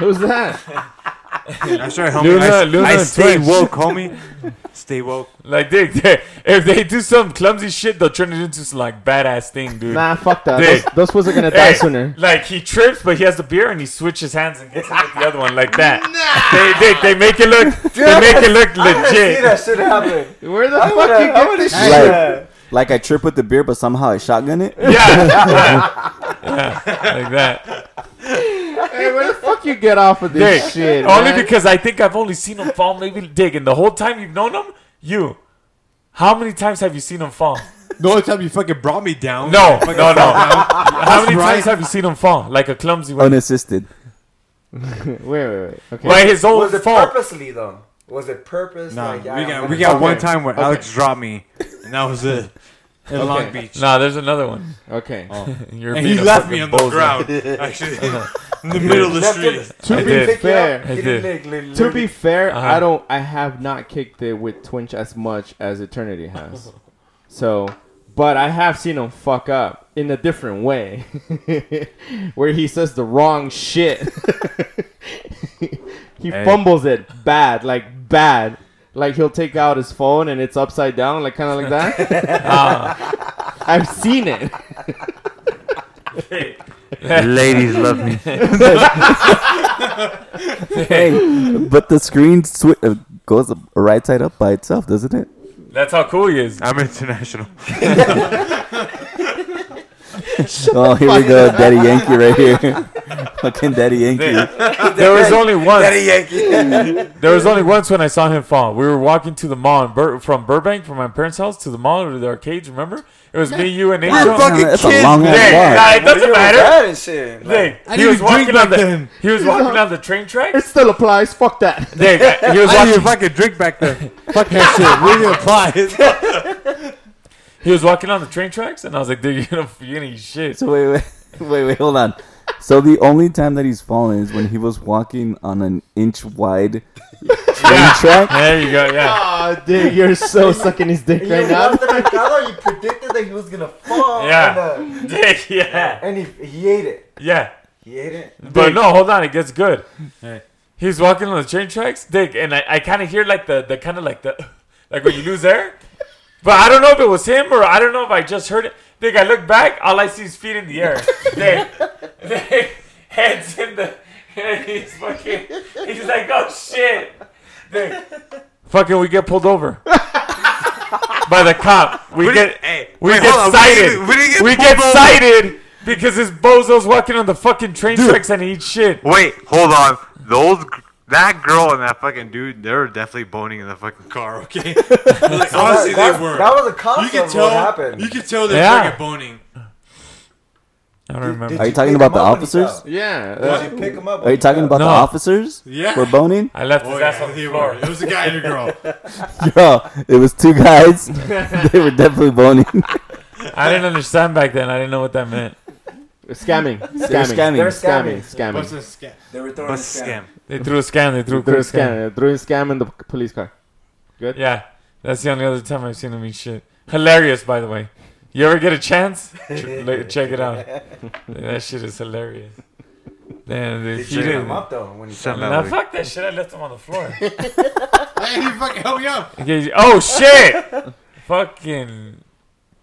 S3: Who's that?
S1: That's right, homie.
S4: Luna-
S1: I, s-
S4: Luna
S1: I
S4: and
S1: stay
S4: Twitch.
S1: woke, homie. Stay woke.
S4: like they, they, if they do some clumsy shit, they'll turn it into some like badass thing, dude.
S3: Nah, fuck that.
S4: Hey.
S3: Those, those fools are gonna die
S4: Hey,
S3: sooner.
S4: Like he trips, but he has the beer and he switches hands and gets it with the other one like that. They, they, they make it look, they make it look
S5: See
S4: legit.
S5: that shit happen.
S3: Where the
S5: I'm gonna, I'm gonna shoot
S2: Like-
S5: that.
S2: Like I trip with the beer but somehow I shotgun it?
S4: Yeah, yeah, like that.
S3: Hey, where the fuck you get off of this
S4: Dick,
S3: shit?
S4: only
S3: man?
S4: because I think I've only seen him fall maybe dig, and the whole time you've known him, you. How many times have you seen him fall?
S1: The only time you fucking brought me down.
S4: No, no, no. How many
S1: right.
S4: times have you seen him fall? Like a clumsy one.
S2: Unassisted.
S3: wait, wait, wait. Okay.
S4: By his own
S5: Was it
S4: fault.
S5: purposely though? Was it purpose?
S1: Nah,
S5: Like, yeah,
S1: we
S5: I'm
S1: got
S5: gonna
S1: we got
S5: fuck
S1: one
S5: it.
S1: time where Alex dropped me, and that was it. In Long Beach, Oh.
S4: Nah, there's another one.
S3: Okay.
S4: You're
S1: and
S4: being
S1: he
S4: a
S1: left
S4: fucking
S1: me on the
S4: bozo.
S1: ground, actually, in the middle of the
S5: Left him-
S1: street.
S3: to
S4: I
S3: be
S4: did.
S3: fair,
S4: I
S5: He
S4: did.
S5: didn't lick- lick-
S3: to
S5: lick-
S3: be fair,
S4: Uh-huh.
S3: I don't. I have not kicked it with Twinch as much as Eternity has. so, but I have seen him fuck up in a different way, where he says the wrong shit. he fumbles it bad, like bad. Like he'll take out his phone and it's upside down, like kind of like that. I've seen it.
S6: Ladies love me.
S2: hey, but the screen swi- uh, goes right side up by itself, doesn't it?
S4: That's how cool he is.
S1: I'm international.
S2: oh, here we go, Daddy Yankee right here. Fucking Daddy Yankee.
S4: There was only once.
S5: Yankee.
S4: There was only once when I saw him fall. We were walking to the mall in Bur- from Burbank, from my parents' house to the mall or the arcades. Remember? It was me, you, and Angel.
S1: fucking
S2: That's a
S1: kids,
S2: long
S4: Hey,
S2: ass
S4: nah, it doesn't matter.
S5: That and shit. Like,
S4: Hey,
S1: I
S4: he
S1: didn't
S4: was
S1: even drink
S4: walking on
S1: back
S4: the
S1: then.
S4: he was walking on the train
S3: It
S4: tracks.
S3: still applies. Fuck that.
S4: Hey, he was
S1: I didn't
S4: walking
S1: even fucking drink back there. Fuck that shit. Really applies.
S4: He was walking on the train tracks, and I was like, "Dude, you're gonna, you're gonna eat shit."
S2: So wait, wait, wait, wait, hold on. So the only time that he's fallen is when he was walking on an inch wide train track.
S4: There you go. Yeah,
S3: Ah, dude, you're so sucking his dick
S5: you
S3: right now.
S5: left the mercado, you predicted that he was gonna fall.
S4: Yeah.
S5: And, uh,
S4: Dick, yeah,
S5: and he, he ate it.
S4: yeah.
S5: He ate it.
S4: But no, hold on, it gets good.
S1: Hey.
S4: He's walking on the train tracks, Dick, and I, I kind of hear like the, the kind of like the, like when you lose air. But I don't know if it was him or I don't know if I just heard it. Dick, I look back, all I see is feet in the air. Dick, Dick, heads in the, and he's fucking, he's like, oh shit, Dick. Fucking, we get pulled over by the cop. We get.
S1: hey,
S4: We
S1: wait,
S4: get
S1: hold on,
S4: cited.
S1: didn't- we didn't
S4: we
S1: pulled
S4: get
S1: over.
S4: cited because this bozo's walking on the fucking train tracks and he eats shit.
S8: Wait, hold on. Those, gr- that girl and that fucking dude, they were definitely boning in the fucking car.
S9: Okay. like, honestly, they
S5: that,
S9: were.
S5: that was a concept
S9: you could
S5: of
S9: tell.
S5: what happened.
S9: You could tell they're
S4: Yeah.
S9: friggin' boning.
S4: I don't remember.
S2: Are you talking about the officers?
S3: Yeah.
S5: Did
S3: that-
S5: you pick him up?
S2: Are you talking about the
S4: No.
S2: officers?
S9: Yeah.
S2: We're boning?
S4: I left
S9: Oh,
S4: his ass
S9: yeah,
S4: on the
S9: they
S4: floor.
S9: were. It was a guy and a girl.
S2: Yo, it was two guys. they were definitely boning.
S4: I didn't understand back then. I didn't know what that meant.
S3: Scamming.
S2: they were
S3: Scamming.
S2: scamming.
S5: They're
S3: Scamming.
S5: scamming.
S9: What's a
S3: Scamming.
S9: scam?
S7: They were throwing a
S8: What's a
S7: scam.
S8: scam?
S4: They threw a scan. They threw a
S3: Threw a
S4: quick scan.
S3: scam. Threw a scam in the police car. Good.
S4: Yeah, that's the only other time I've seen him eat shit. Hilarious, by the way. You ever get a chance? Ch- la- Check it out. That shit is hilarious. Damn, dude.
S5: Did
S4: He
S5: you pick him
S4: didn't.
S5: up though when you
S8: Some
S5: found
S4: Nah,
S8: Nah,
S4: fuck that shit. I left him on the floor.
S9: Hey, you fucking help me out.
S4: Okay, oh, shit! Fucking.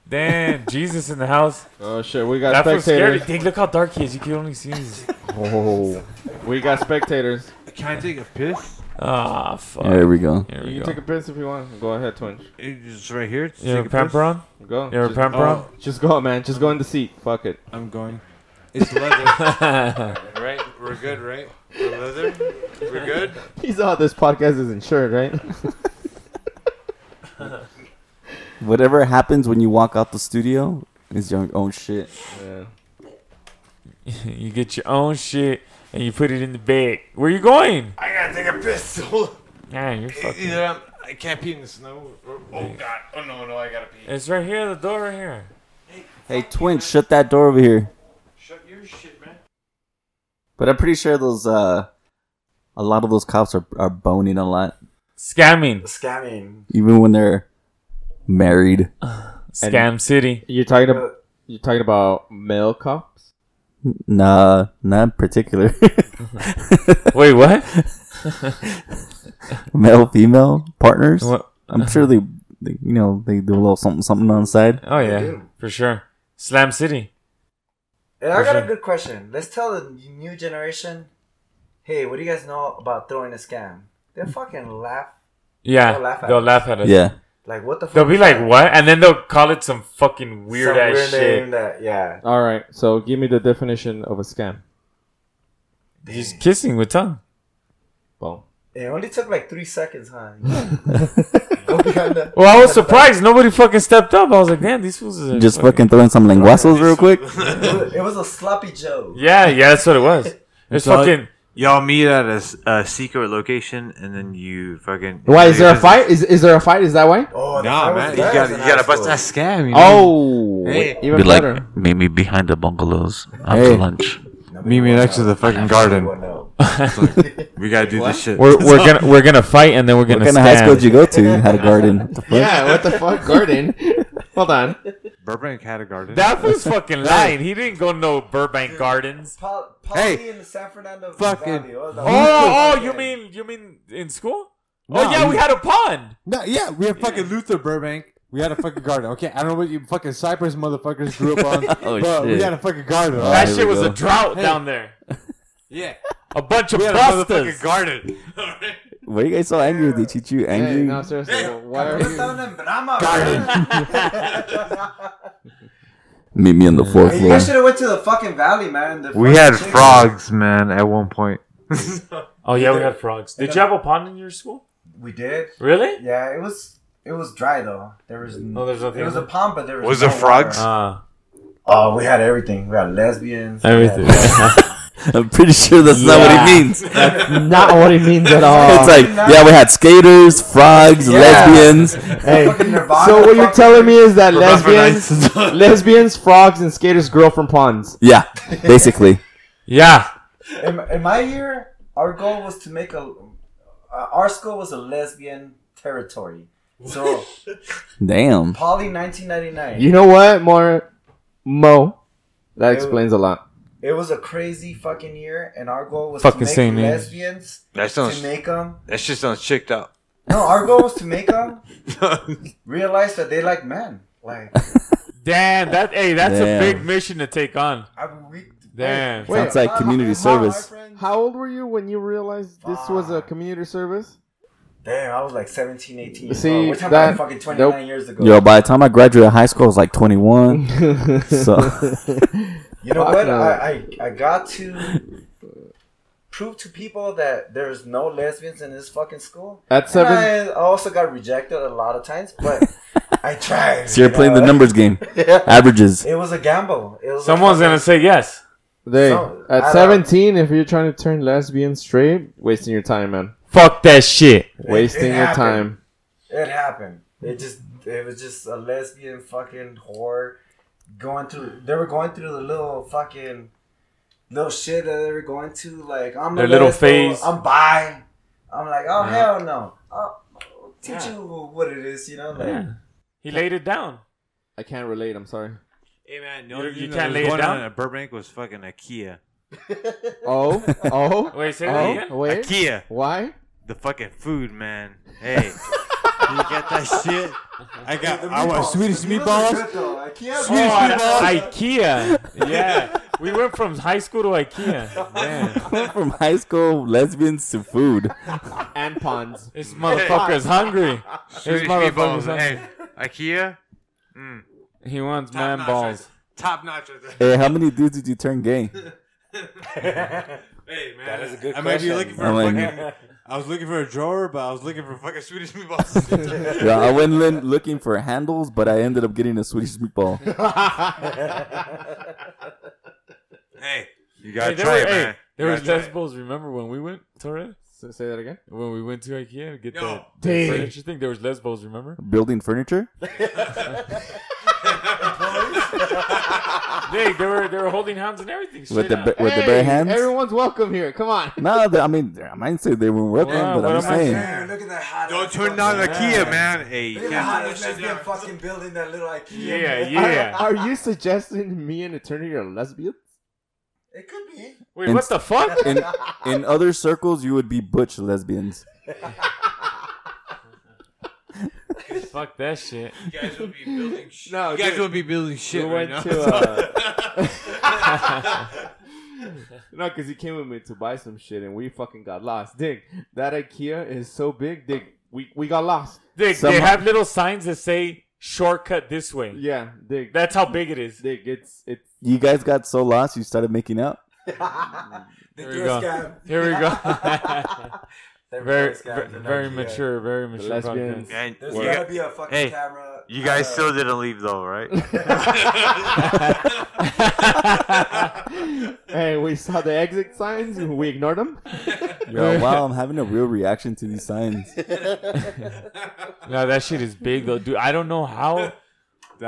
S4: Damn, Jesus in the house.
S3: Oh shit, we got
S4: That was scary.
S3: spectators.
S4: Dig, look how dark he is. You can only see his.
S3: Oh, we got spectators.
S8: Can I take a piss?
S4: Ah, fuck.
S2: There we go.
S4: Here we
S3: You can
S4: go.
S3: take a piss if you want. Go ahead, Twinge.
S8: It's right here. Just
S4: you have a
S8: take a piss?
S4: pamper on?
S3: Go.
S4: You have a
S3: Just- oh.
S4: pamper on?
S3: Just go, man. Just go in the seat. Fuck it.
S7: I'm going.
S9: It's leather. right? We're good, right? We're leather? We're good?
S3: He's all this podcast is insured, right?
S2: Whatever happens when you walk out the studio is your own shit.
S3: yeah.
S4: you get your own shit and you put it in the bag. Where you going?
S9: I gotta take a piss. Hold on.
S4: Man, you're fucking.
S9: Either I'm, I can't pee in the snow. Or, oh, God. Oh, no, no, I gotta pee.
S4: It's right here, the door right here.
S2: Hey, twin, shut that door over here.
S9: Shut your shit, man.
S2: But I'm pretty sure those, uh, a lot of those cops are, are boning a lot,
S4: Scamming.
S5: Scamming.
S2: even when they're married.
S4: Scam City.
S3: You're talking about you're talking about male cops.
S2: Nah, not in particular.
S4: Wait, what?
S2: Male, female partners.
S4: What?
S2: I'm sure they, they, you know, they do a little something, something on the side.
S4: Oh, yeah,
S5: do.
S4: for sure. Slam City.
S5: Hey, I
S4: For
S5: got a
S4: sure.
S5: good question. Let's tell the new generation, hey, what do you guys know about throwing a scam? They fucking laugh.
S4: Yeah,
S5: They'll laugh at
S4: they'll
S5: us.
S4: laugh at us.
S2: Yeah.
S5: Like what the? fuck
S4: They'll be
S5: is
S4: like,
S5: that?
S4: what? And then they'll call it some fucking
S5: Some
S4: weird ass shit.
S5: name that- yeah.
S3: All right, so give me the definition of a scam.
S4: Just kissing with tongue.
S3: Boom.
S5: It only took like three seconds, huh? Oh, Okay, I'm done.
S4: Well, I was surprised. Nobody fucking stepped up. I was like, damn, these fools are.
S2: Just fucking throwing some lenguasos real quick.
S5: it, was, it was a sloppy joke.
S4: Yeah, yeah, that's what it was. It's
S8: all-
S4: fucking.
S8: Y'all meet at a, s- a secret location and then you fucking.
S3: Why is there a
S8: Just-
S3: fight? Is is there a fight? Is that why?
S5: Oh,
S9: Nah,
S5: that was
S9: man. You
S5: bad
S8: gotta,
S5: as
S8: you
S5: an
S8: gotta
S5: asshole.
S8: bust that scam. You know?
S3: Oh,
S9: Hey.
S3: even
S2: Be like-
S3: better.
S2: Meet me behind the bungalows after Hey. lunch.
S8: Meet me next to the fucking garden.
S5: Well, Oh, no.
S8: We gotta do this shit.
S4: We're, we're gonna we're gonna fight and then we're gonna
S2: What kind of high school did you go to? Had a garden. What the fuck?
S3: yeah, what the fuck, Gordon? Hold on.
S8: Burbank had a garden.
S4: That was fucking lying. He didn't go no Burbank Gardens.
S5: Pol-
S8: Hey,
S5: Polly in San Fernando
S8: fucking-
S5: Valley. What the-
S4: Oh, oh, you mean you mean in school? oh yeah, we had a pond.
S1: No, yeah, we had fucking Luther Burbank. We had a fucking garden. Okay, I don't know what you fucking Cypress motherfuckers grew up on,
S2: Oh,
S1: but we
S2: shit.
S1: had a fucking garden.
S8: Uh,
S1: all
S4: That
S1: right?
S2: here
S4: shit
S2: we
S4: was a
S2: go.
S4: drought down there.
S9: Yeah.
S4: A bunch of
S1: We had a motherfucking
S4: bustas. garden.
S2: Why are you guys so angry with each each you angry?
S3: Hey, no, seriously, why are
S5: It's
S3: you?
S5: down in Brahma, man.
S2: Meet me on the fourth
S5: Hey, You
S2: floor.
S5: guys should have went to the fucking valley, man. The
S8: We
S5: fucking
S8: had
S5: chicken.
S8: frogs, man, at one point.
S4: Oh yeah, we had frogs. Did you have a pond in your school?
S5: We did.
S4: Really?
S5: Yeah, it was it was dry though. There was
S4: No, Oh, there's nothing.
S5: it was a pond, but there was
S8: Was
S5: no
S8: there frogs?
S5: water.
S4: Ah,
S5: Oh, we had everything. We had lesbians. we had-
S4: everything.
S2: I'm pretty sure that's not what he means. it's
S3: Not what it means at all.
S2: like, yeah, we had skaters, frogs,
S5: Oh. Yeah.
S2: lesbians.
S3: Hey,
S5: Fucking Nirvana,
S3: so what you're
S5: fucking-
S3: telling me is that
S8: Remember
S3: lesbians, lesbians, frogs, and skaters grow from ponds.
S2: Yeah, basically.
S4: yeah.
S5: in, in my year, our goal was to make a. Uh, our school was a lesbian territory. So,
S2: Damn.
S5: Poly 1999.
S3: You know what, more Mo? That
S5: Ew.
S3: explains a lot.
S5: It was a crazy fucking year, and our goal was
S4: Fucking
S5: to make
S4: same year.
S5: lesbians
S8: That
S5: to
S8: sounds
S5: make them.
S8: that shit sounds chicked out.
S5: No, our goal was to make them realize that they like men. Like,
S4: Damn. That hey, that's
S2: Damn.
S4: a big mission to take on.
S5: I we.
S4: Damn.
S3: Wait,
S2: Sounds like community service.
S3: How old were you when you realized this was a community service?
S5: Damn, I was like 17, 18 years
S3: See,
S5: old. We're talking
S3: that-
S5: about fucking 29
S3: nope.
S5: years ago.
S2: Yo, by the time I graduated high school, I was like 21. So
S5: You know
S3: Fuck
S5: what?
S3: no.
S5: I, I I got to prove to people that there's no lesbians in this fucking school.
S3: At
S5: And
S3: seven-
S5: I also got rejected a lot of times, but I tried.
S2: So you're
S5: you
S2: playing
S5: know?
S2: the numbers game. Averages.
S5: It was a gamble. It was a
S4: Someone's
S5: fucking-
S4: gonna say yes.
S3: They
S5: So, I
S3: at
S5: don't-
S3: seventeen, if you're trying to turn lesbian straight, wasting your time, man.
S4: Fuck that shit.
S3: Wasting your
S5: happened.
S3: time.
S5: It happened. It just it was just a lesbian fucking whore going through they were going through the little fucking little shit that they were going to like I'm
S4: Their
S5: a
S4: little
S5: lesbo,
S4: phase.
S5: I'm bi. I'm like, oh hell no. I'll I'll teach you what it is, you know? Like
S4: He laid it down.
S3: I can't relate. I'm sorry.
S9: Hey man,
S4: You-
S9: no,
S4: you can't lay it
S8: one
S4: down?
S8: in Burbank was fucking IKEA.
S3: Oh, oh,
S4: Wait, say that again.
S3: oh, wait.
S8: IKEA,
S3: Why?
S8: the fucking food, man. Hey, you get that shit? I got. I want Swedish meatballs.
S4: Oh, I- IKEA. Yeah, we went from high school to IKEA. Man,
S2: Went from high school lesbians to food.
S3: And pawns.
S4: this motherfucker's hungry. This
S9: Swedish meatballs.
S4: motherfucker's hungry.
S9: Hey, IKEA.
S4: He wants
S9: Top
S4: man
S9: notch
S4: balls.
S9: right- Top notch right there.
S2: Hey, how many dudes did you turn gay?
S9: Hey man, that is a
S8: I might be looking for
S2: I'm
S8: a
S2: like-
S8: fucking. I was looking for a drawer, but I was looking for fucking Swedish meatballs.
S2: Yeah, I went lin- looking for handles, but I ended up getting a Swedish meatball.
S8: hey,
S4: Hey,
S8: you gotta
S4: there
S8: try
S4: were, hey,
S8: it, man.
S4: there
S8: You
S4: was
S8: gotta try it.
S4: lesbos. Remember when we went, Torres?
S3: S- Say that again.
S4: When we went to IKEA to get
S8: No.
S4: the, the furniture thing, there was lesbos. Remember?
S2: Building furniture?
S4: They they were they were holding hands and everything.
S2: With
S4: Straight
S2: the,
S4: up.
S2: ba- with the bare
S3: Hey,
S2: hands?
S3: Everyone's welcome here. Come on.
S2: No, the- I mean, I might say they weren't welcome,
S4: Wow,
S2: but
S4: what
S2: I'm just
S4: am I
S2: saying.
S7: Man, look at that hot.
S8: Don't
S7: ass fucking-
S8: turn down IKEA, man. Hey, you
S7: Look at how
S8: can't
S7: this lesbian fucking building that little IKEA.
S4: yeah,
S3: Are-
S4: yeah.
S3: Are, you suggesting me and Eternity are lesbians?
S5: it could be.
S4: Wait, what the fuck?
S2: In, in other circles, you would be butch lesbians.
S4: fuck that shit.
S9: You guys will be building shit.
S3: No,
S9: you guys
S3: dude.
S9: will be building shit
S3: we
S9: right
S3: went
S9: now.
S3: to. Uh... no, because he came with me to buy some shit, and we fucking got lost. Dig, that IKEA is so big. Dig, we we got lost.
S4: They,
S2: Some-
S4: they have little signs that say "shortcut this way."
S3: Yeah, dig.
S4: That's how big it is.
S3: dig. It's it's
S2: You guys got so lost, you started making out.
S7: The
S4: Here we
S7: girl
S4: go.
S7: scam.
S4: Here we go.
S5: They're
S4: very,
S5: boys, guys,
S4: ve-
S5: and
S4: very
S5: IKEA.
S4: mature, very mature.
S3: lesbians.
S4: podcast.
S8: And
S7: There's
S8: you
S7: gotta
S8: got-
S7: be a fucking
S8: Hey,
S7: camera.
S8: you guys
S7: uh,
S8: still didn't leave though, right?
S3: hey, we saw the exit signs. and We ignored them.
S2: Yo, wow, I'm having a real reaction to these signs.
S4: No, that shit is big though, dude. I don't know how. Dude,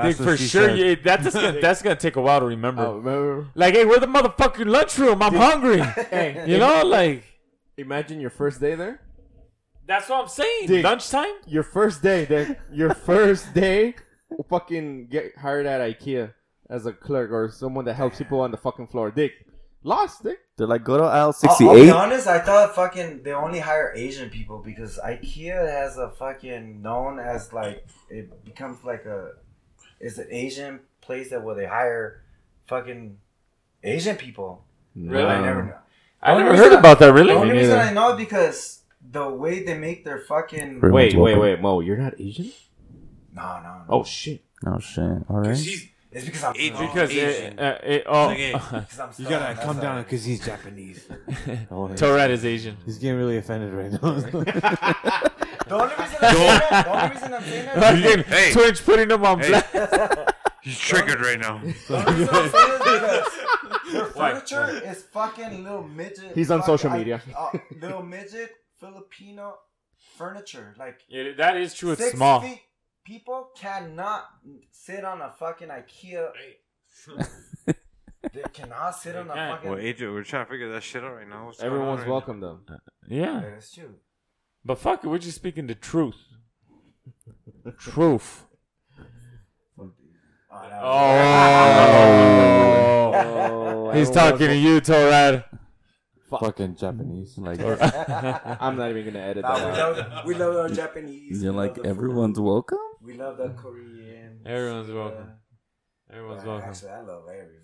S8: That's what
S4: for
S8: she
S4: sure,
S8: said.
S4: you, that's just gonna, that's gonna take a while to remember.
S3: Oh, remember?
S4: Like, hey, we're the motherfucking lunchroom. I'm hungry.
S3: Hey,
S4: You know, like
S3: imagine your first day there.
S4: that's what I'm saying.
S3: Dude.
S4: Lunchtime.
S3: Your first day, dig. Your first day, fucking get hired at IKEA as a clerk or someone that helps people on the fucking floor. Dig, lost. Dig.
S2: They're like, go to aisle
S5: I'll, I'll be
S2: 68.
S5: honest, I thought fucking they only hire Asian people because IKEA has a fucking known as like it becomes like a it's an Asian place that where they hire fucking Asian people.
S4: Really?
S5: I never know.
S4: I
S5: Only
S4: never
S5: reason
S4: heard
S5: I-
S4: about that.
S5: The
S4: Really?
S5: only
S3: Me
S5: reason
S3: neither.
S5: I know it because the way they make their fucking no
S3: Wait, wait,
S2: Welcome.
S3: wait, Mo, you're not Asian?
S5: no no
S3: Oh shit.
S2: Oh, shit. All right.
S9: She's-
S5: it's because I'm
S9: Asian.
S5: because,
S4: Because it,
S9: Asian.
S4: uh, it, oh,
S9: Okay.
S5: because I'm
S7: You gotta come
S5: stubborn, that's
S7: down
S5: all.
S7: because he's Japanese.
S4: Tourette is Asian.
S7: He's getting really offended right now.
S5: The only reason I'm saying that, the only reason I'm saying that,
S4: Fucking
S8: Hey.
S4: Twitch putting them on
S8: Hey.
S4: blast.
S8: He's triggered right now.
S5: the only reason I'm saying that is because their furniture is fucking little midget.
S3: He's on
S5: fucking-
S3: social media.
S5: uh, little midget Filipino furniture, like
S4: Yeah, that is true. It's
S5: six
S4: small.
S5: feet. People cannot sit on a fucking IKEA. they cannot sit on a
S4: can't.
S5: fucking.
S8: Well, Adrian, we're trying to figure that shit out right now. What's going on
S3: Everyone's
S8: right
S3: welcome though.
S4: Yeah,
S5: That's true.
S4: but fuck it, we're just speaking the truth. truth.
S5: Oh, that was-
S4: Oh,
S3: Oh,
S4: he's talking to you, Torad.
S3: fucking Japanese. Like I'm not even gonna edit that.
S7: we,
S3: out.
S7: love, we love our Japanese.
S2: You're
S7: We love
S2: like,
S7: the food.
S2: everyone's welcome?
S5: We love the Korean.
S4: Everyone's welcome. Everyone's
S5: Well,
S4: welcome.
S5: actually, I love every.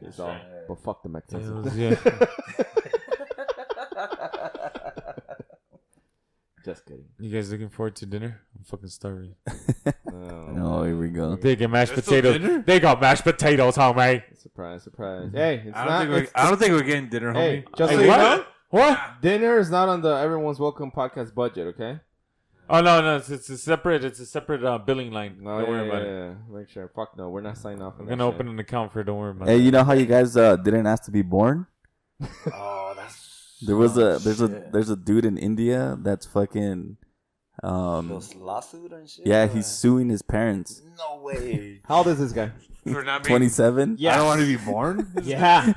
S3: It's all- But fuck the Mexicans.
S4: Yeah.
S3: Just kidding.
S4: You guys looking forward to dinner? I'm fucking starving.
S3: No.
S2: Oh, here we go.
S4: They get mashed
S9: There's still dinner?
S4: potatoes. They got mashed potatoes, homie.
S3: Surprise, surprise. Hey, it's
S8: I don't,
S3: not.
S8: think we're,
S3: it's-
S8: I don't think we're getting dinner, homie.
S3: hey, just
S4: Hey,
S3: so you
S4: what?
S3: know,
S4: What?
S3: dinner is not on the Everyone's Welcome podcast budget, okay?
S4: Oh no, no, it's, it's a separate. It's a separate uh, billing line.
S3: No,
S4: don't worry
S3: Oh, yeah,
S4: about
S3: yeah,
S4: it.
S3: yeah. Make sure. Fuck no, we're not signing off.
S4: I'm gonna open an account for it. Don't worry about
S2: Hey,
S4: it.
S2: you know how you guys uh, didn't ask to be born?
S7: Oh, that's
S2: There was a there's a there's a dude in India that's fucking um
S5: Those lawsuit and shit.
S2: yeah,
S5: or-
S2: he's suing his parents.
S5: No way.
S3: How old is this guy?
S9: For not being
S2: 27
S8: I don't want to be born.
S3: Yeah.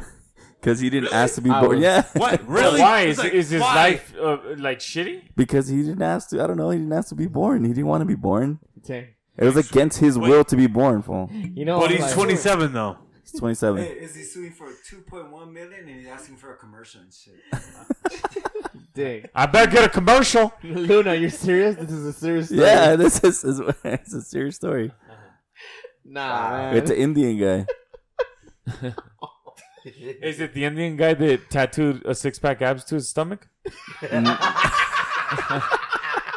S2: cuz he didn't ask to be
S3: I
S2: born.
S3: was-
S2: Yeah.
S8: what?
S4: But
S8: Really?
S4: Why
S8: It's
S4: is,
S8: like,
S4: is his
S8: why?
S4: life uh, like shitty?
S2: because he didn't ask to. I don't know, he didn't ask to be born. He didn't want to be born.
S3: Okay.
S2: It was against his will to be born, fool.
S3: You know,
S8: But
S4: Oh
S3: I'm
S8: he's
S3: like-
S8: 27 though.
S2: He's 27.
S7: Hey, is he suing for 2.1 million and he's asking for a commercial and shit?
S3: Dick.
S4: I better get a commercial.
S3: Luna, you're serious? This is a serious story.
S2: Yeah, this is, is it's a serious story.
S3: Nah, man.
S2: Ah, It's an Indian guy.
S4: Is it the Indian guy that tattooed a six pack abs to his stomach?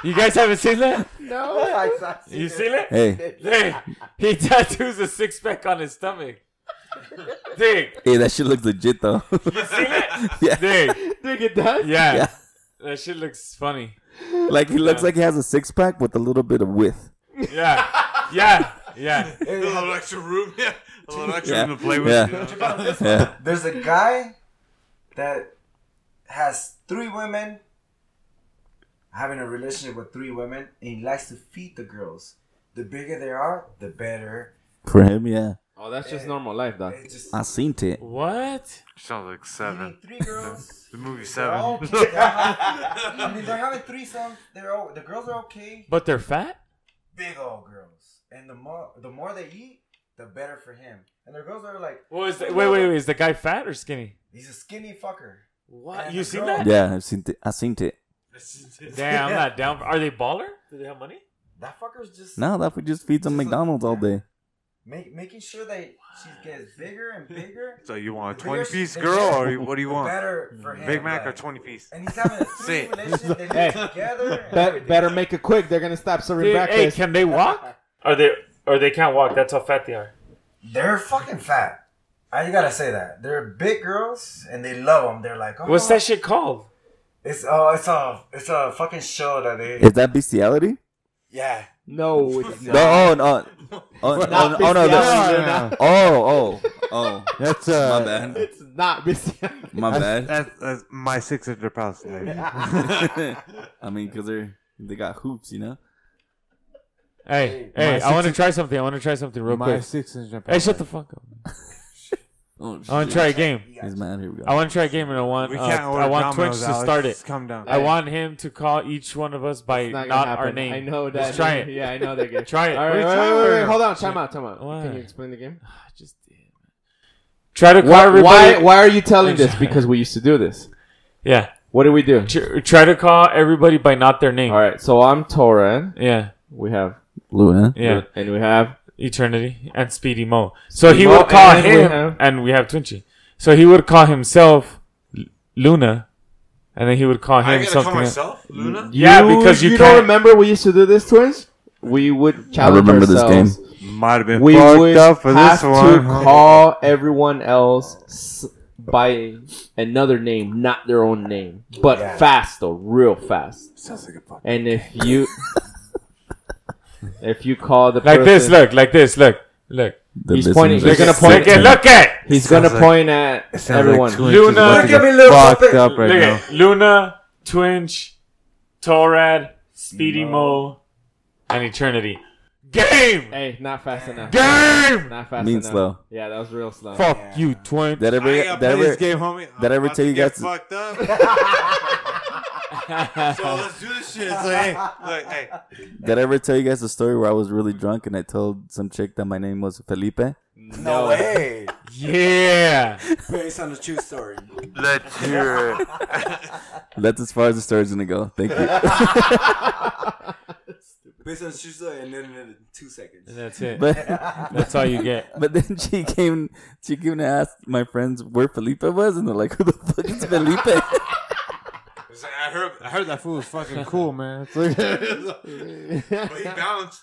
S4: you guys haven't seen that?
S5: Oh,
S4: You seen it?
S2: Hey,
S4: Hey, he tattoos a six pack on his stomach. Dig,
S2: hey, that shit looks legit though.
S4: you seen it?
S2: Yeah.
S4: Dig,
S3: Dick, it does?
S4: yeah.
S2: Yeah.
S4: That shit looks funny.
S2: like he looks like he has a six pack with a little bit of width.
S4: Yeah, yeah, yeah.
S9: a little extra room, yeah, a little extra
S2: Yeah.
S9: room to play with.
S2: Yeah.
S9: you know?
S2: Yeah.
S5: There's a guy that has three women, having a relationship with three women, and he likes to feed the girls. The bigger they are, the better.
S2: For him, yeah.
S3: Oh, that's just normal life,
S4: Uh,
S3: dog.
S5: It's just
S2: I seen it.
S4: What?
S9: Sounds like
S5: you
S9: seven.
S5: need three girls.
S9: The movie
S5: They're all
S9: Seven.
S5: okay. They're having- I mean, they're having threesomes. They're all, the girls are okay.
S4: But they're fat.
S5: Big old girls, and the more the more they eat, the better for him. And the girls are like,
S4: What is the, wait, wait, wait. Is the guy fat or skinny?
S5: he's a skinny fucker.
S4: What?
S5: And
S4: You
S5: the
S4: seen
S5: girl-
S4: that?
S2: Yeah, I've seen it. I seen it.
S4: Damn, I'm not down. For, are they baller? Do they have money?
S5: That fucker's just
S2: No, that we just feed some McDonald's all day.
S5: make, making sure that she gets bigger and bigger.
S8: So you want a
S5: The bigger
S8: 20 piece
S5: she-
S8: girl or you- what do you
S5: the
S8: want?
S5: Better for him.
S8: Big Mac or
S5: like.
S8: 20 piece?
S5: And he's having a
S9: Say
S5: three
S9: it.
S5: relationship. They
S3: Hey.
S5: live together. and
S3: Be-
S5: everything.
S3: better make it quick. They're gonna stop serving
S4: Dude, hey,
S3: breakfast.
S4: can they walk? Are they? Or they can't walk. That's how fat they are.
S5: They're fucking fat. I gotta say that they're big girls and they love them. They're like, oh,
S4: What's that shit called?
S5: It's oh, it's a it's a fucking show that they
S2: Is that bestiality?
S5: yeah.
S3: no, it's
S2: No, oh no, oh, oh, no, oh, no,
S1: No,
S2: that-
S1: no, no.
S2: oh, oh, oh,
S1: That's uh,
S2: my bad,
S3: It's not bestiality.
S2: my bad.
S8: That's, that's my 600 pounds today.
S2: I mean, because they're they got hoops, you know.
S4: Hey, hey, I want to try something. I want to try something real
S1: my
S4: quick.
S1: six inch.
S4: Hey, shut the fuck up.
S2: Oh,
S4: I want to
S2: shit.
S4: try a game.
S2: He's mad. Here we
S4: I
S3: Oh.
S2: go.
S4: want to try a game, and I want
S8: We
S4: uh,
S8: can't order
S4: I want
S8: Domino's,
S4: Twitch to
S8: Alex.
S4: start it.
S8: Just calm down.
S4: I want him to call each one of us by
S3: It's
S4: not,
S3: not gonna happen.
S4: our name.
S3: I know that.
S4: Let's try it.
S3: Yeah, I know that game.
S4: Try it.
S3: All right,
S4: Wait,
S3: wait,
S4: try
S3: wait,
S4: it.
S3: wait, hold on. Time out. Time out.
S4: Why?
S3: Can you explain the game?
S4: I just did. Try to call
S3: Why,
S4: everybody.
S3: why? Why are you telling this?
S4: sorry.
S3: Because we used to do this.
S4: Yeah.
S3: What do we do?
S4: Tr- Try to call everybody by not their name.
S3: All right. So I'm Toran.
S4: Yeah.
S3: We have
S2: Luna.
S4: Yeah.
S3: and we have
S4: Eternity and Speedy Mo. So he
S3: Mo,
S4: would call
S3: and we
S4: him,
S3: have-
S4: and we have Twinchy. So he would call himself L- Luna, and then he would call
S9: I
S4: him
S9: gotta
S4: something.
S9: call
S4: else.
S9: myself Luna.
S4: Yeah, because you
S3: don't
S4: can't-
S3: remember we used to do this, twins. We would challenge
S2: remember this
S3: ourselves.
S2: game.
S8: Might have been
S3: we
S8: fucked
S3: would
S8: up for
S3: have
S8: this one.
S3: to
S8: huh?
S3: call everyone else s- by another name, not their own name, but
S5: Yeah.
S3: fast though, real fast.
S8: Sounds like a fuck.
S3: And if you if you call the
S4: Like this,
S3: person-
S4: look, like this, look, look.
S2: The
S3: He's
S2: listeners
S3: pointing-
S2: are
S3: they're gonna
S2: sick
S3: point-
S4: Look at,
S2: and-
S4: look at,
S3: he's
S8: Sounds
S3: gonna
S8: like-
S3: point at everyone.
S4: Luna,
S5: Give me a little
S8: fucked
S5: something.
S8: up right
S4: look
S8: now.
S4: at Luna, Twinch, Torad, Speedy Mo, and Eternity. Game,
S3: hey, not fast enough.
S4: game.
S3: Not fast
S2: Mean
S3: enough.
S2: slow.
S3: Yeah, that was real slow.
S4: Fuck you, Twinch.
S2: That ever
S9: I
S2: that
S9: gotta play this
S2: ever
S9: game, homie. I'm
S2: that ever
S9: about
S2: tell
S9: to
S2: you
S9: get
S2: guys-
S9: fucked up. so let's do this shit. It's like, hey, look, hey,
S2: that ever tell you guys the story where I was really drunk and I told some chick that my name was Felipe.
S5: No way.
S4: Yeah.
S7: Based on a true story.
S9: let's hear it.
S2: That's as far as the story's gonna go. Thank you.
S7: Based on a true story and then in two seconds.
S4: And that's it.
S2: But
S4: That's all you get.
S2: but then she came she came to ask my friends where Felipe was and they're like, Who the fuck is Felipe?
S9: It's like, I heard, I heard that fool was fucking cool.
S1: Cool, man. It's like,
S9: but he bounced.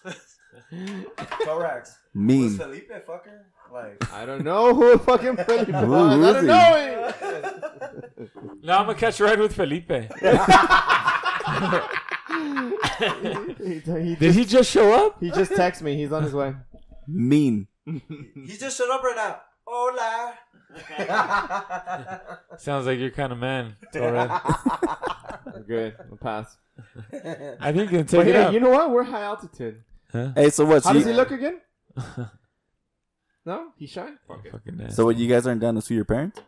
S5: Thorax. Was
S8: Hmm.
S2: Mean.
S5: Felipe fucker? Like,
S3: I don't know who fucking Felipe
S2: Who
S3: was. I
S2: is
S3: don't
S2: he?
S3: know him.
S4: Now I'm gonna catch a ride with Felipe. Did
S3: He, he,
S4: he just show up?
S3: he just texted me. He's on his way.
S2: Mean.
S5: he just showed up right now. Hola.
S4: Sounds like your kind of man. Torres.
S3: I'm good. I'll pass.
S4: I think you can
S3: But
S4: take it
S3: hey,
S4: out.
S3: you know what? We're high altitude.
S2: Hey, so what?
S3: How
S2: So,
S3: does he
S2: you,
S3: look again? No, he's shy.
S4: Fucking ass.
S2: so what? You guys aren't down to sue your parents?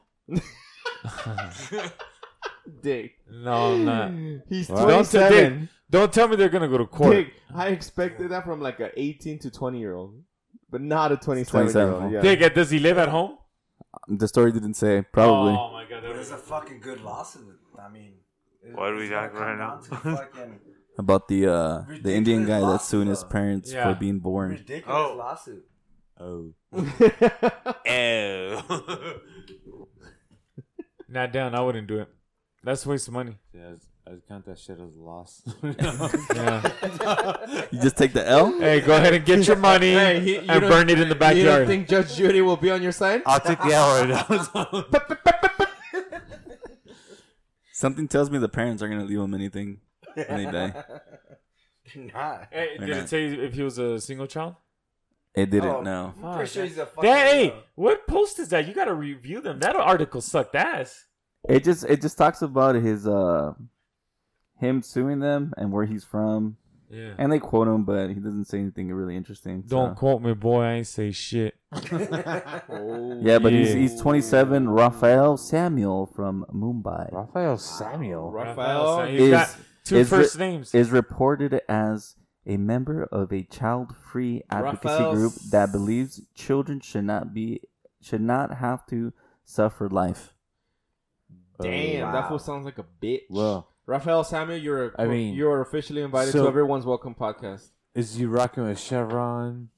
S3: Dick. Oh,
S4: no, I'm not.
S3: He's
S4: Don't, say- Dick,
S3: 27.
S4: don't tell me they're gonna go to court.
S3: Dick, I expected that from like a 18 to 20 year old, but not a 27 year
S2: 27,
S3: old.
S2: huh?
S3: Yeah.
S4: Dick, does he live at home?
S2: The story didn't say. Probably.
S4: Oh my god, that
S5: But
S4: was
S5: it's a fucking good lawsuit. I mean, it-
S8: What are we
S5: it's gonna
S8: talking
S5: come
S8: right
S5: down
S8: now?
S5: to fucking
S2: About the uh the
S5: Ridiculous
S2: Indian guy that's
S5: lawsuit,
S2: suing his
S5: though.
S2: parents
S4: Yeah.
S2: for being born.
S5: ridiculous
S8: Oh.
S5: lawsuit.
S2: Oh.
S8: Oh.
S4: not down. I wouldn't do it. That's a waste of money.
S1: yeah, I count that shit as lost.
S4: Yeah.
S2: You just take the L?
S4: hey, go ahead and get your money
S3: Hey, he- you
S4: and
S3: don't-
S4: burn it in the
S3: You don't
S4: backyard.
S3: think Judge Judy will be on your side?
S8: I'll take the hour now.
S2: Something tells me the parents aren't gonna leave him anything when they die.
S5: Nah.
S4: hey, did
S2: Amen.
S4: it say if he was a single child?
S2: It didn't.
S5: Oh.
S2: No.
S5: I'm pretty sure he's a fucking.
S4: That, hey,
S5: uh,
S4: what post is that? You gotta review them. That article sucked ass.
S2: It just it just talks about his uh him suing them and where he's from.
S4: Yeah.
S2: And they quote him, but he doesn't say anything really interesting. so-
S4: Don't quote me, boy. I ain't say shit.
S3: Oh,
S2: Yeah, but
S4: Yeah.
S2: he's he's 27. Raphael Samuel from Mumbai
S1: Raphael Samuel.
S3: Raphael.
S4: He's
S2: Is-
S4: got two
S2: is
S4: first
S2: it-
S4: names.
S2: is reported as a member of a child-free advocacy
S3: Raphael
S2: group
S3: S-
S2: that believes children should not be should not have to suffer life.
S3: Damn,
S1: Oh,
S3: that
S1: wow.
S3: fool sounds like a bitch.
S1: Well,
S3: Raphael Samuel, you're
S1: I mean,
S3: you're officially invited
S1: so-
S3: to everyone's welcome podcast.
S1: is you rocking with Chevron,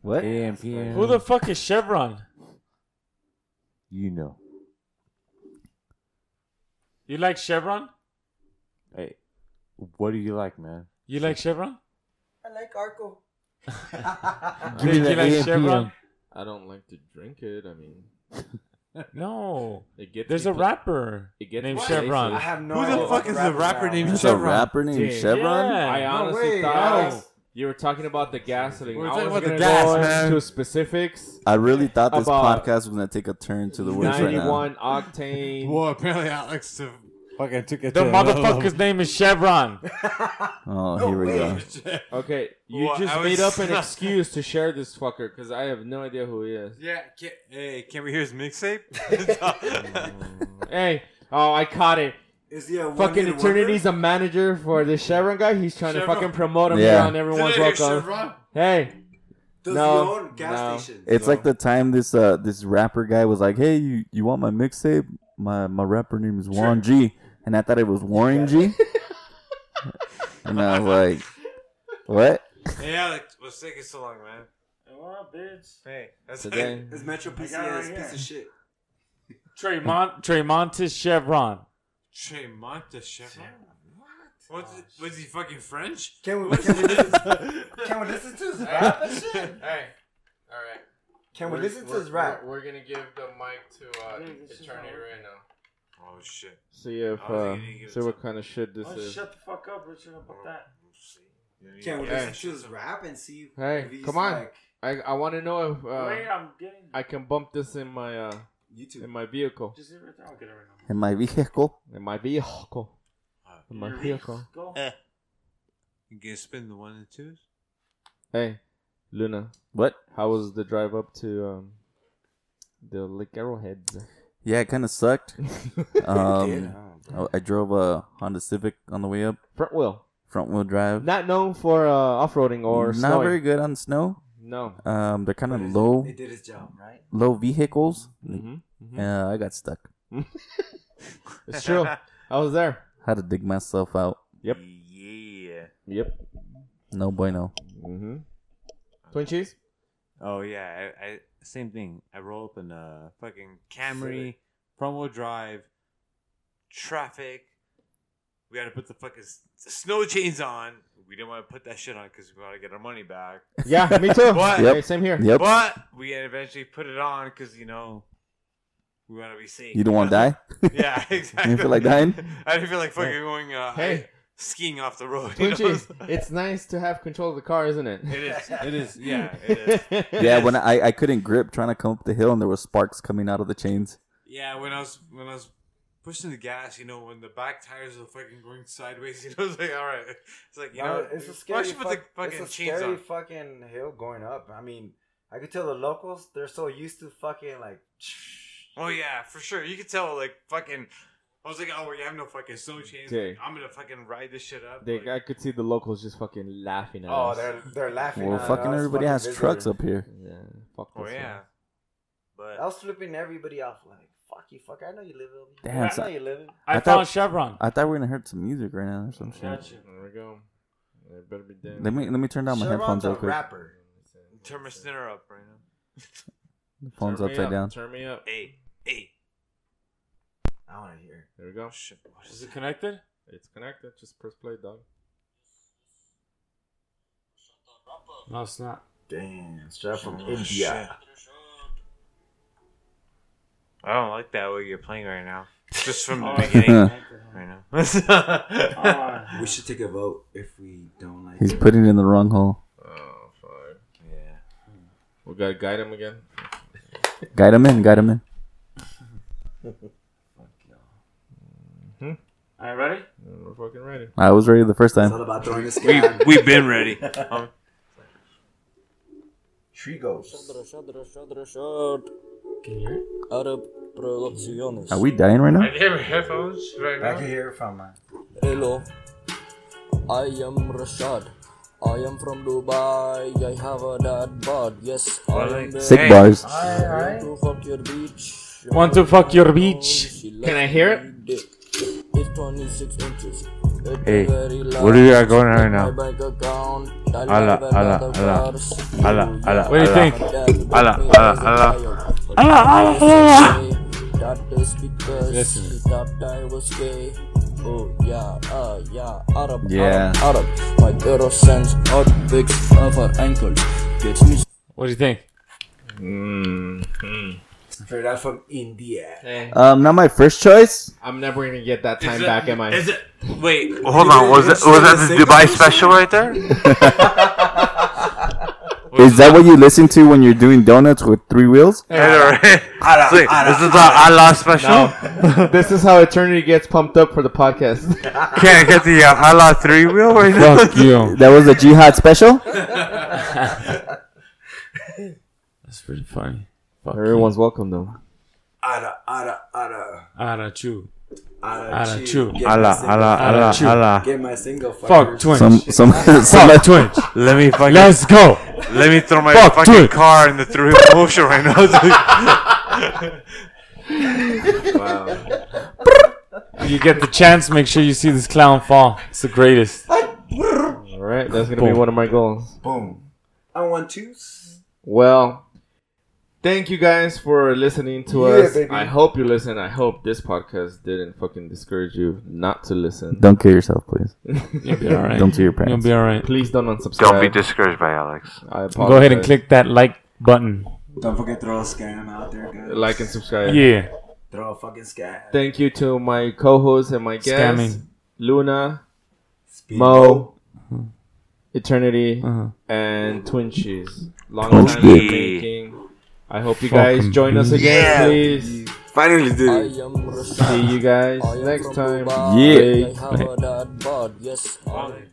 S2: What?
S1: AMPM?
S4: Who the fuck is Chevron?
S1: you know?
S4: You like Chevron?
S1: Hey, what do you like, man?
S4: You like Chevron?
S5: I like Arco.
S1: Give me
S4: Dick,
S1: the
S4: you like
S1: AMPM.
S4: Chevron?
S3: I don't like to drink it. I mean,
S4: No.
S3: it gets
S4: There's
S3: me
S4: a
S3: pla-
S4: rapper
S3: It gets
S4: named
S3: me
S5: I
S4: Chevron.
S5: have no
S8: Who the
S5: idea what
S8: fuck is the rapper
S5: now
S8: named
S5: is.
S2: There's a
S8: Chevron.
S2: rapper named
S4: Yeah.
S2: Chevron.
S3: I
S5: No
S3: honestly
S5: way,
S3: thought
S5: no.
S3: you were talking about the gasoline.
S8: We're
S3: I
S8: talking
S3: was
S8: about the
S3: gonna
S8: gas,
S3: go
S8: man.
S3: into specifics.
S2: I really thought this
S3: About
S2: podcast was gonna take a turn to the worst right now.
S3: 91 octane.
S8: well, apparently Alex uh, fucking took it
S4: The
S8: to another level.
S4: motherfucker's name is Chevron.
S2: Oh, here we go.
S3: Okay, you
S8: Well,
S3: just
S8: I
S3: made up
S8: was-
S3: an excuse to share this fucker because I have no idea who he is.
S8: Yeah, can, hey, can we hear his mixtape?
S3: Hey, oh, I caught it.
S5: Is he a
S3: Fucking
S5: one-hit
S3: Eternity's a manager for this Chevron guy. He's trying to
S8: Chevron.
S3: fucking promote him
S2: Yeah.
S3: here on everyone's welcome.
S8: Chevron?
S3: Hey,
S5: wonder? Does
S3: No,
S5: he own gas
S3: no.
S5: stations?
S2: It's like the time this uh this rapper guy was like, "Hey, you, you want my mixtape? My my rapper name is Warren G." And I thought it was Warren G. and I was like, "What?"
S8: Hey, Alex, what's taking so long, man? Hey, that's
S3: today.
S5: Is Metro PCS piece of shit?
S4: Trey Mon- Trey Montes Chevron.
S8: Trey Monte Chevron. What? What's it- was he fucking French?
S5: Can we, can we, listen, can we listen to his rap
S8: Ah,
S5: and shit?
S3: Hey, all right.
S5: Can we listen to his rap?
S3: We're, gonna give the mic to uh, Eternity right now.
S8: Oh shit.
S3: See if
S8: I was
S3: uh,
S8: gonna give it
S3: see
S8: to-
S3: what kind of shit this is.
S4: the fuck up, Richard, about that.
S5: Can we
S3: Yeah.
S5: listen to his rap and see
S3: Hey,
S5: if he's
S3: come on.
S5: like
S3: I I want to know if uh,
S4: I'm getting.
S3: I can bump this in my uh, in
S5: YouTube?
S3: my vehicle.
S4: Just right there. I'll get it right now.
S2: And my vehicle.
S3: In my vehicle. In my vehicle.
S4: Go.
S8: Uh, You can spin the one and twos.
S3: Hey, Luna.
S2: What?
S3: How was the drive up to um, the Lake Arrowheads?
S2: Yeah, it kind of sucked. um, I, I drove a Honda Civic on the way up,
S3: Front wheel.
S2: front wheel drive.
S3: Not known for uh, off roading or
S2: Not
S3: snowing.
S2: very good on snow.
S3: No.
S2: Um, they're kind of low,
S5: He did his job, right?
S2: low vehicles.
S3: hmm
S2: Yeah, I got stuck.
S3: It's true. I was there.
S2: Had to dig myself out.
S3: Yep.
S8: Yeah.
S3: Yep.
S2: No bueno.
S3: Mm-hmm. Twin cheese.
S8: Oh yeah. I, I same thing. I roll up in a fucking Camry, front wheel drive,
S1: traffic. We had to put the fucking s- snow chains on. We didn't want to put that shit on because we want to get our money back.
S3: Yeah, me too.
S1: What?
S3: Yeah, Same here.
S2: Yep.
S1: But we eventually put it on because you know we want to be safe.
S2: You don't want to die?
S1: Yeah, exactly.
S2: feel like dying?
S1: I didn't feel like fucking going. Uh,
S3: Hey.
S1: skiing off the road. you know?
S3: Twitchy, it's nice to have control of the car, isn't it?
S1: It is. It is. Yeah. It is.
S2: Yeah, when I, I couldn't grip trying to come up the hill and there were sparks coming out of the chains.
S1: Yeah. When I was when I was pushing the gas, you know, when the back tires are fucking going sideways, you know, it's like all right, it's like you
S5: No,
S1: know,
S5: Uh, it's a
S1: why
S5: scary,
S1: don't you put the
S5: fuck-
S1: fucking
S5: it's a
S1: chains
S5: scary
S1: on?
S5: fucking hill going up. I mean, I could tell the locals, they're so used to fucking like.
S1: Oh yeah, for sure. You could tell like fucking. I was like, oh, we have no fucking snow chains.
S3: Okay.
S1: Like, I'm gonna fucking ride this shit up.
S3: They,
S1: like,
S3: I could see the locals just fucking laughing at
S5: Oh,
S3: us.
S5: they're they're laughing.
S2: Well,
S5: at
S2: fucking
S5: us,
S2: everybody
S5: fucking
S2: has
S5: visitors.
S2: trucks up here.
S3: Yeah, fuck
S1: oh
S3: this
S1: yeah.
S3: one.
S1: But
S5: I was flipping everybody off like, fuck you, fuck. I know you live over here.
S2: Damn,
S5: I
S2: so-
S5: know you live. in-
S4: I,
S2: I
S4: found
S2: thought-
S4: Chevron.
S2: I thought we were gonna hear some music right now or some shit.
S3: There we go. They better be dead.
S2: Let me let me turn down my headphones
S5: Chevron's a
S2: real quick.
S5: rapper.
S1: turn my snare up right now.
S2: Phone's
S3: Turn me
S2: upside
S3: up,
S2: down.
S3: Turn me up.
S1: Hey, hey.
S5: I want to hear.
S3: There we go.
S1: Shit, what is
S4: Is it connected?
S3: It's connected. Just press play, dog.
S4: No, it's not.
S5: Damn, straight from
S1: Oh,
S5: India.
S1: I don't like that way you're playing right now. Just from the beginning. right now.
S10: We should take a vote if we don't like
S2: He's putting it in the wrong hole.
S3: Oh, fuck.
S1: yeah.
S3: We gotta guide him again.
S2: Guide him in, guide him in.
S4: All right, ready?
S3: And we're fucking ready.
S2: I was ready the first
S10: It's
S2: time.
S10: all about throwing this
S1: We
S10: guy.
S1: we've been ready. Um,
S5: Tree ghosts.
S4: Can you hear it?
S2: Are we dying right now?
S1: I have headphones right
S5: I
S1: now.
S5: can hear it from my.
S11: Hello, I am Rashad. I am from Dubai. I have a dad bod. Yes,
S4: Oh.
S11: I am
S1: Alright.
S11: there.
S2: Sick
S1: Hey.
S2: bars.
S5: All
S11: Want
S5: right.
S11: to fuck your beach?
S4: Want to fuck your beach?
S11: She
S3: Can I
S11: likes
S3: hear it?
S11: my dick. It's 26 inches. It's
S8: Hey,
S11: very
S8: where you are going right
S11: In my
S8: now?
S11: bank account. I
S8: Allah,
S11: love
S8: Allah,
S11: another
S8: Allah. Allah,
S11: verse. You,
S8: Allah,
S4: What do you
S8: Allah.
S4: think?
S11: Dad,
S8: Allah,
S11: me
S8: Allah,
S11: as a
S8: Allah.
S11: child.
S4: Allah, Allah, Allah.
S11: That is because
S4: Listen.
S11: he thought I was gay. Oh yeah, uh yeah, Arab,
S2: Yeah.
S11: Arab, Arab. My euro sends hot pics of her ankles. Gets me
S4: What do you think?
S1: Mm.
S5: Straight out from India.
S3: Hey,
S2: Um, not my first choice.
S3: I'm never gonna get that time back, am I?
S1: Is it? Wait.
S8: Hold on, was that was that the Dubai special right there?
S2: Is that what you listen to when you're doing donuts with three wheels?
S8: It's like, this is the Allah special.
S3: No. this is how eternity gets pumped up for the podcast.
S8: Can't get the uh, Allah three wheel right now.
S4: Fuck you.
S2: That was a jihad special.
S4: That's pretty funny. Fuck
S3: Everyone's welcome, though.
S10: Ara, ara, ara,
S4: you. Arachu.
S10: ara.
S4: Arachu.
S10: Get my single.
S8: Allah, Allah, Allah,
S4: Achoo.
S8: Allah.
S10: Get my single.
S4: Fuck
S10: fuckers.
S4: Twitch.
S2: Some some some.
S4: Fuck Twitch.
S8: Let me fucking
S4: Let's go.
S8: let me throw my
S4: Fuck,
S8: fucking
S4: do it.
S8: car in the three wheel motion right now. It's like-
S4: You get the chance. Make sure you see this clown fall. It's the greatest.
S3: All right, that's gonna be one of my goals.
S5: Boom.
S10: I want to.
S3: Well, thank you guys for listening to
S5: Yeah,
S3: us.
S5: baby.
S3: I hope you listen. I hope this podcast didn't fucking discourage you not to listen.
S2: Don't kill yourself, please.
S4: You'll be all right.
S2: Don't kill your
S4: You'll
S2: parents.
S4: be all right.
S3: Please don't unsubscribe.
S8: Don't be discouraged by Alex.
S3: I apologize.
S4: Go ahead and click that like button.
S10: Don't forget to throw a scam out there, guys.
S3: like and subscribe.
S4: Yeah.
S10: Throw a fucking scam.
S3: Thank you to my co-hosts and my guests,
S4: Scamming.
S3: Luna,
S10: Speed
S3: Mo, Eternity,
S4: Uh-huh.
S3: and Twin Cheese. Long
S2: Twinchies.
S3: time in the making. I hope you guys
S4: Fucking
S3: join us
S4: beast.
S3: again,
S8: Yeah.
S3: please.
S8: Finally did
S11: I am Rashad.
S3: See you guys
S11: I am
S3: next
S11: from
S3: time.
S11: Dubai.
S2: Yeah.
S11: I have a dad bod. Yes, I am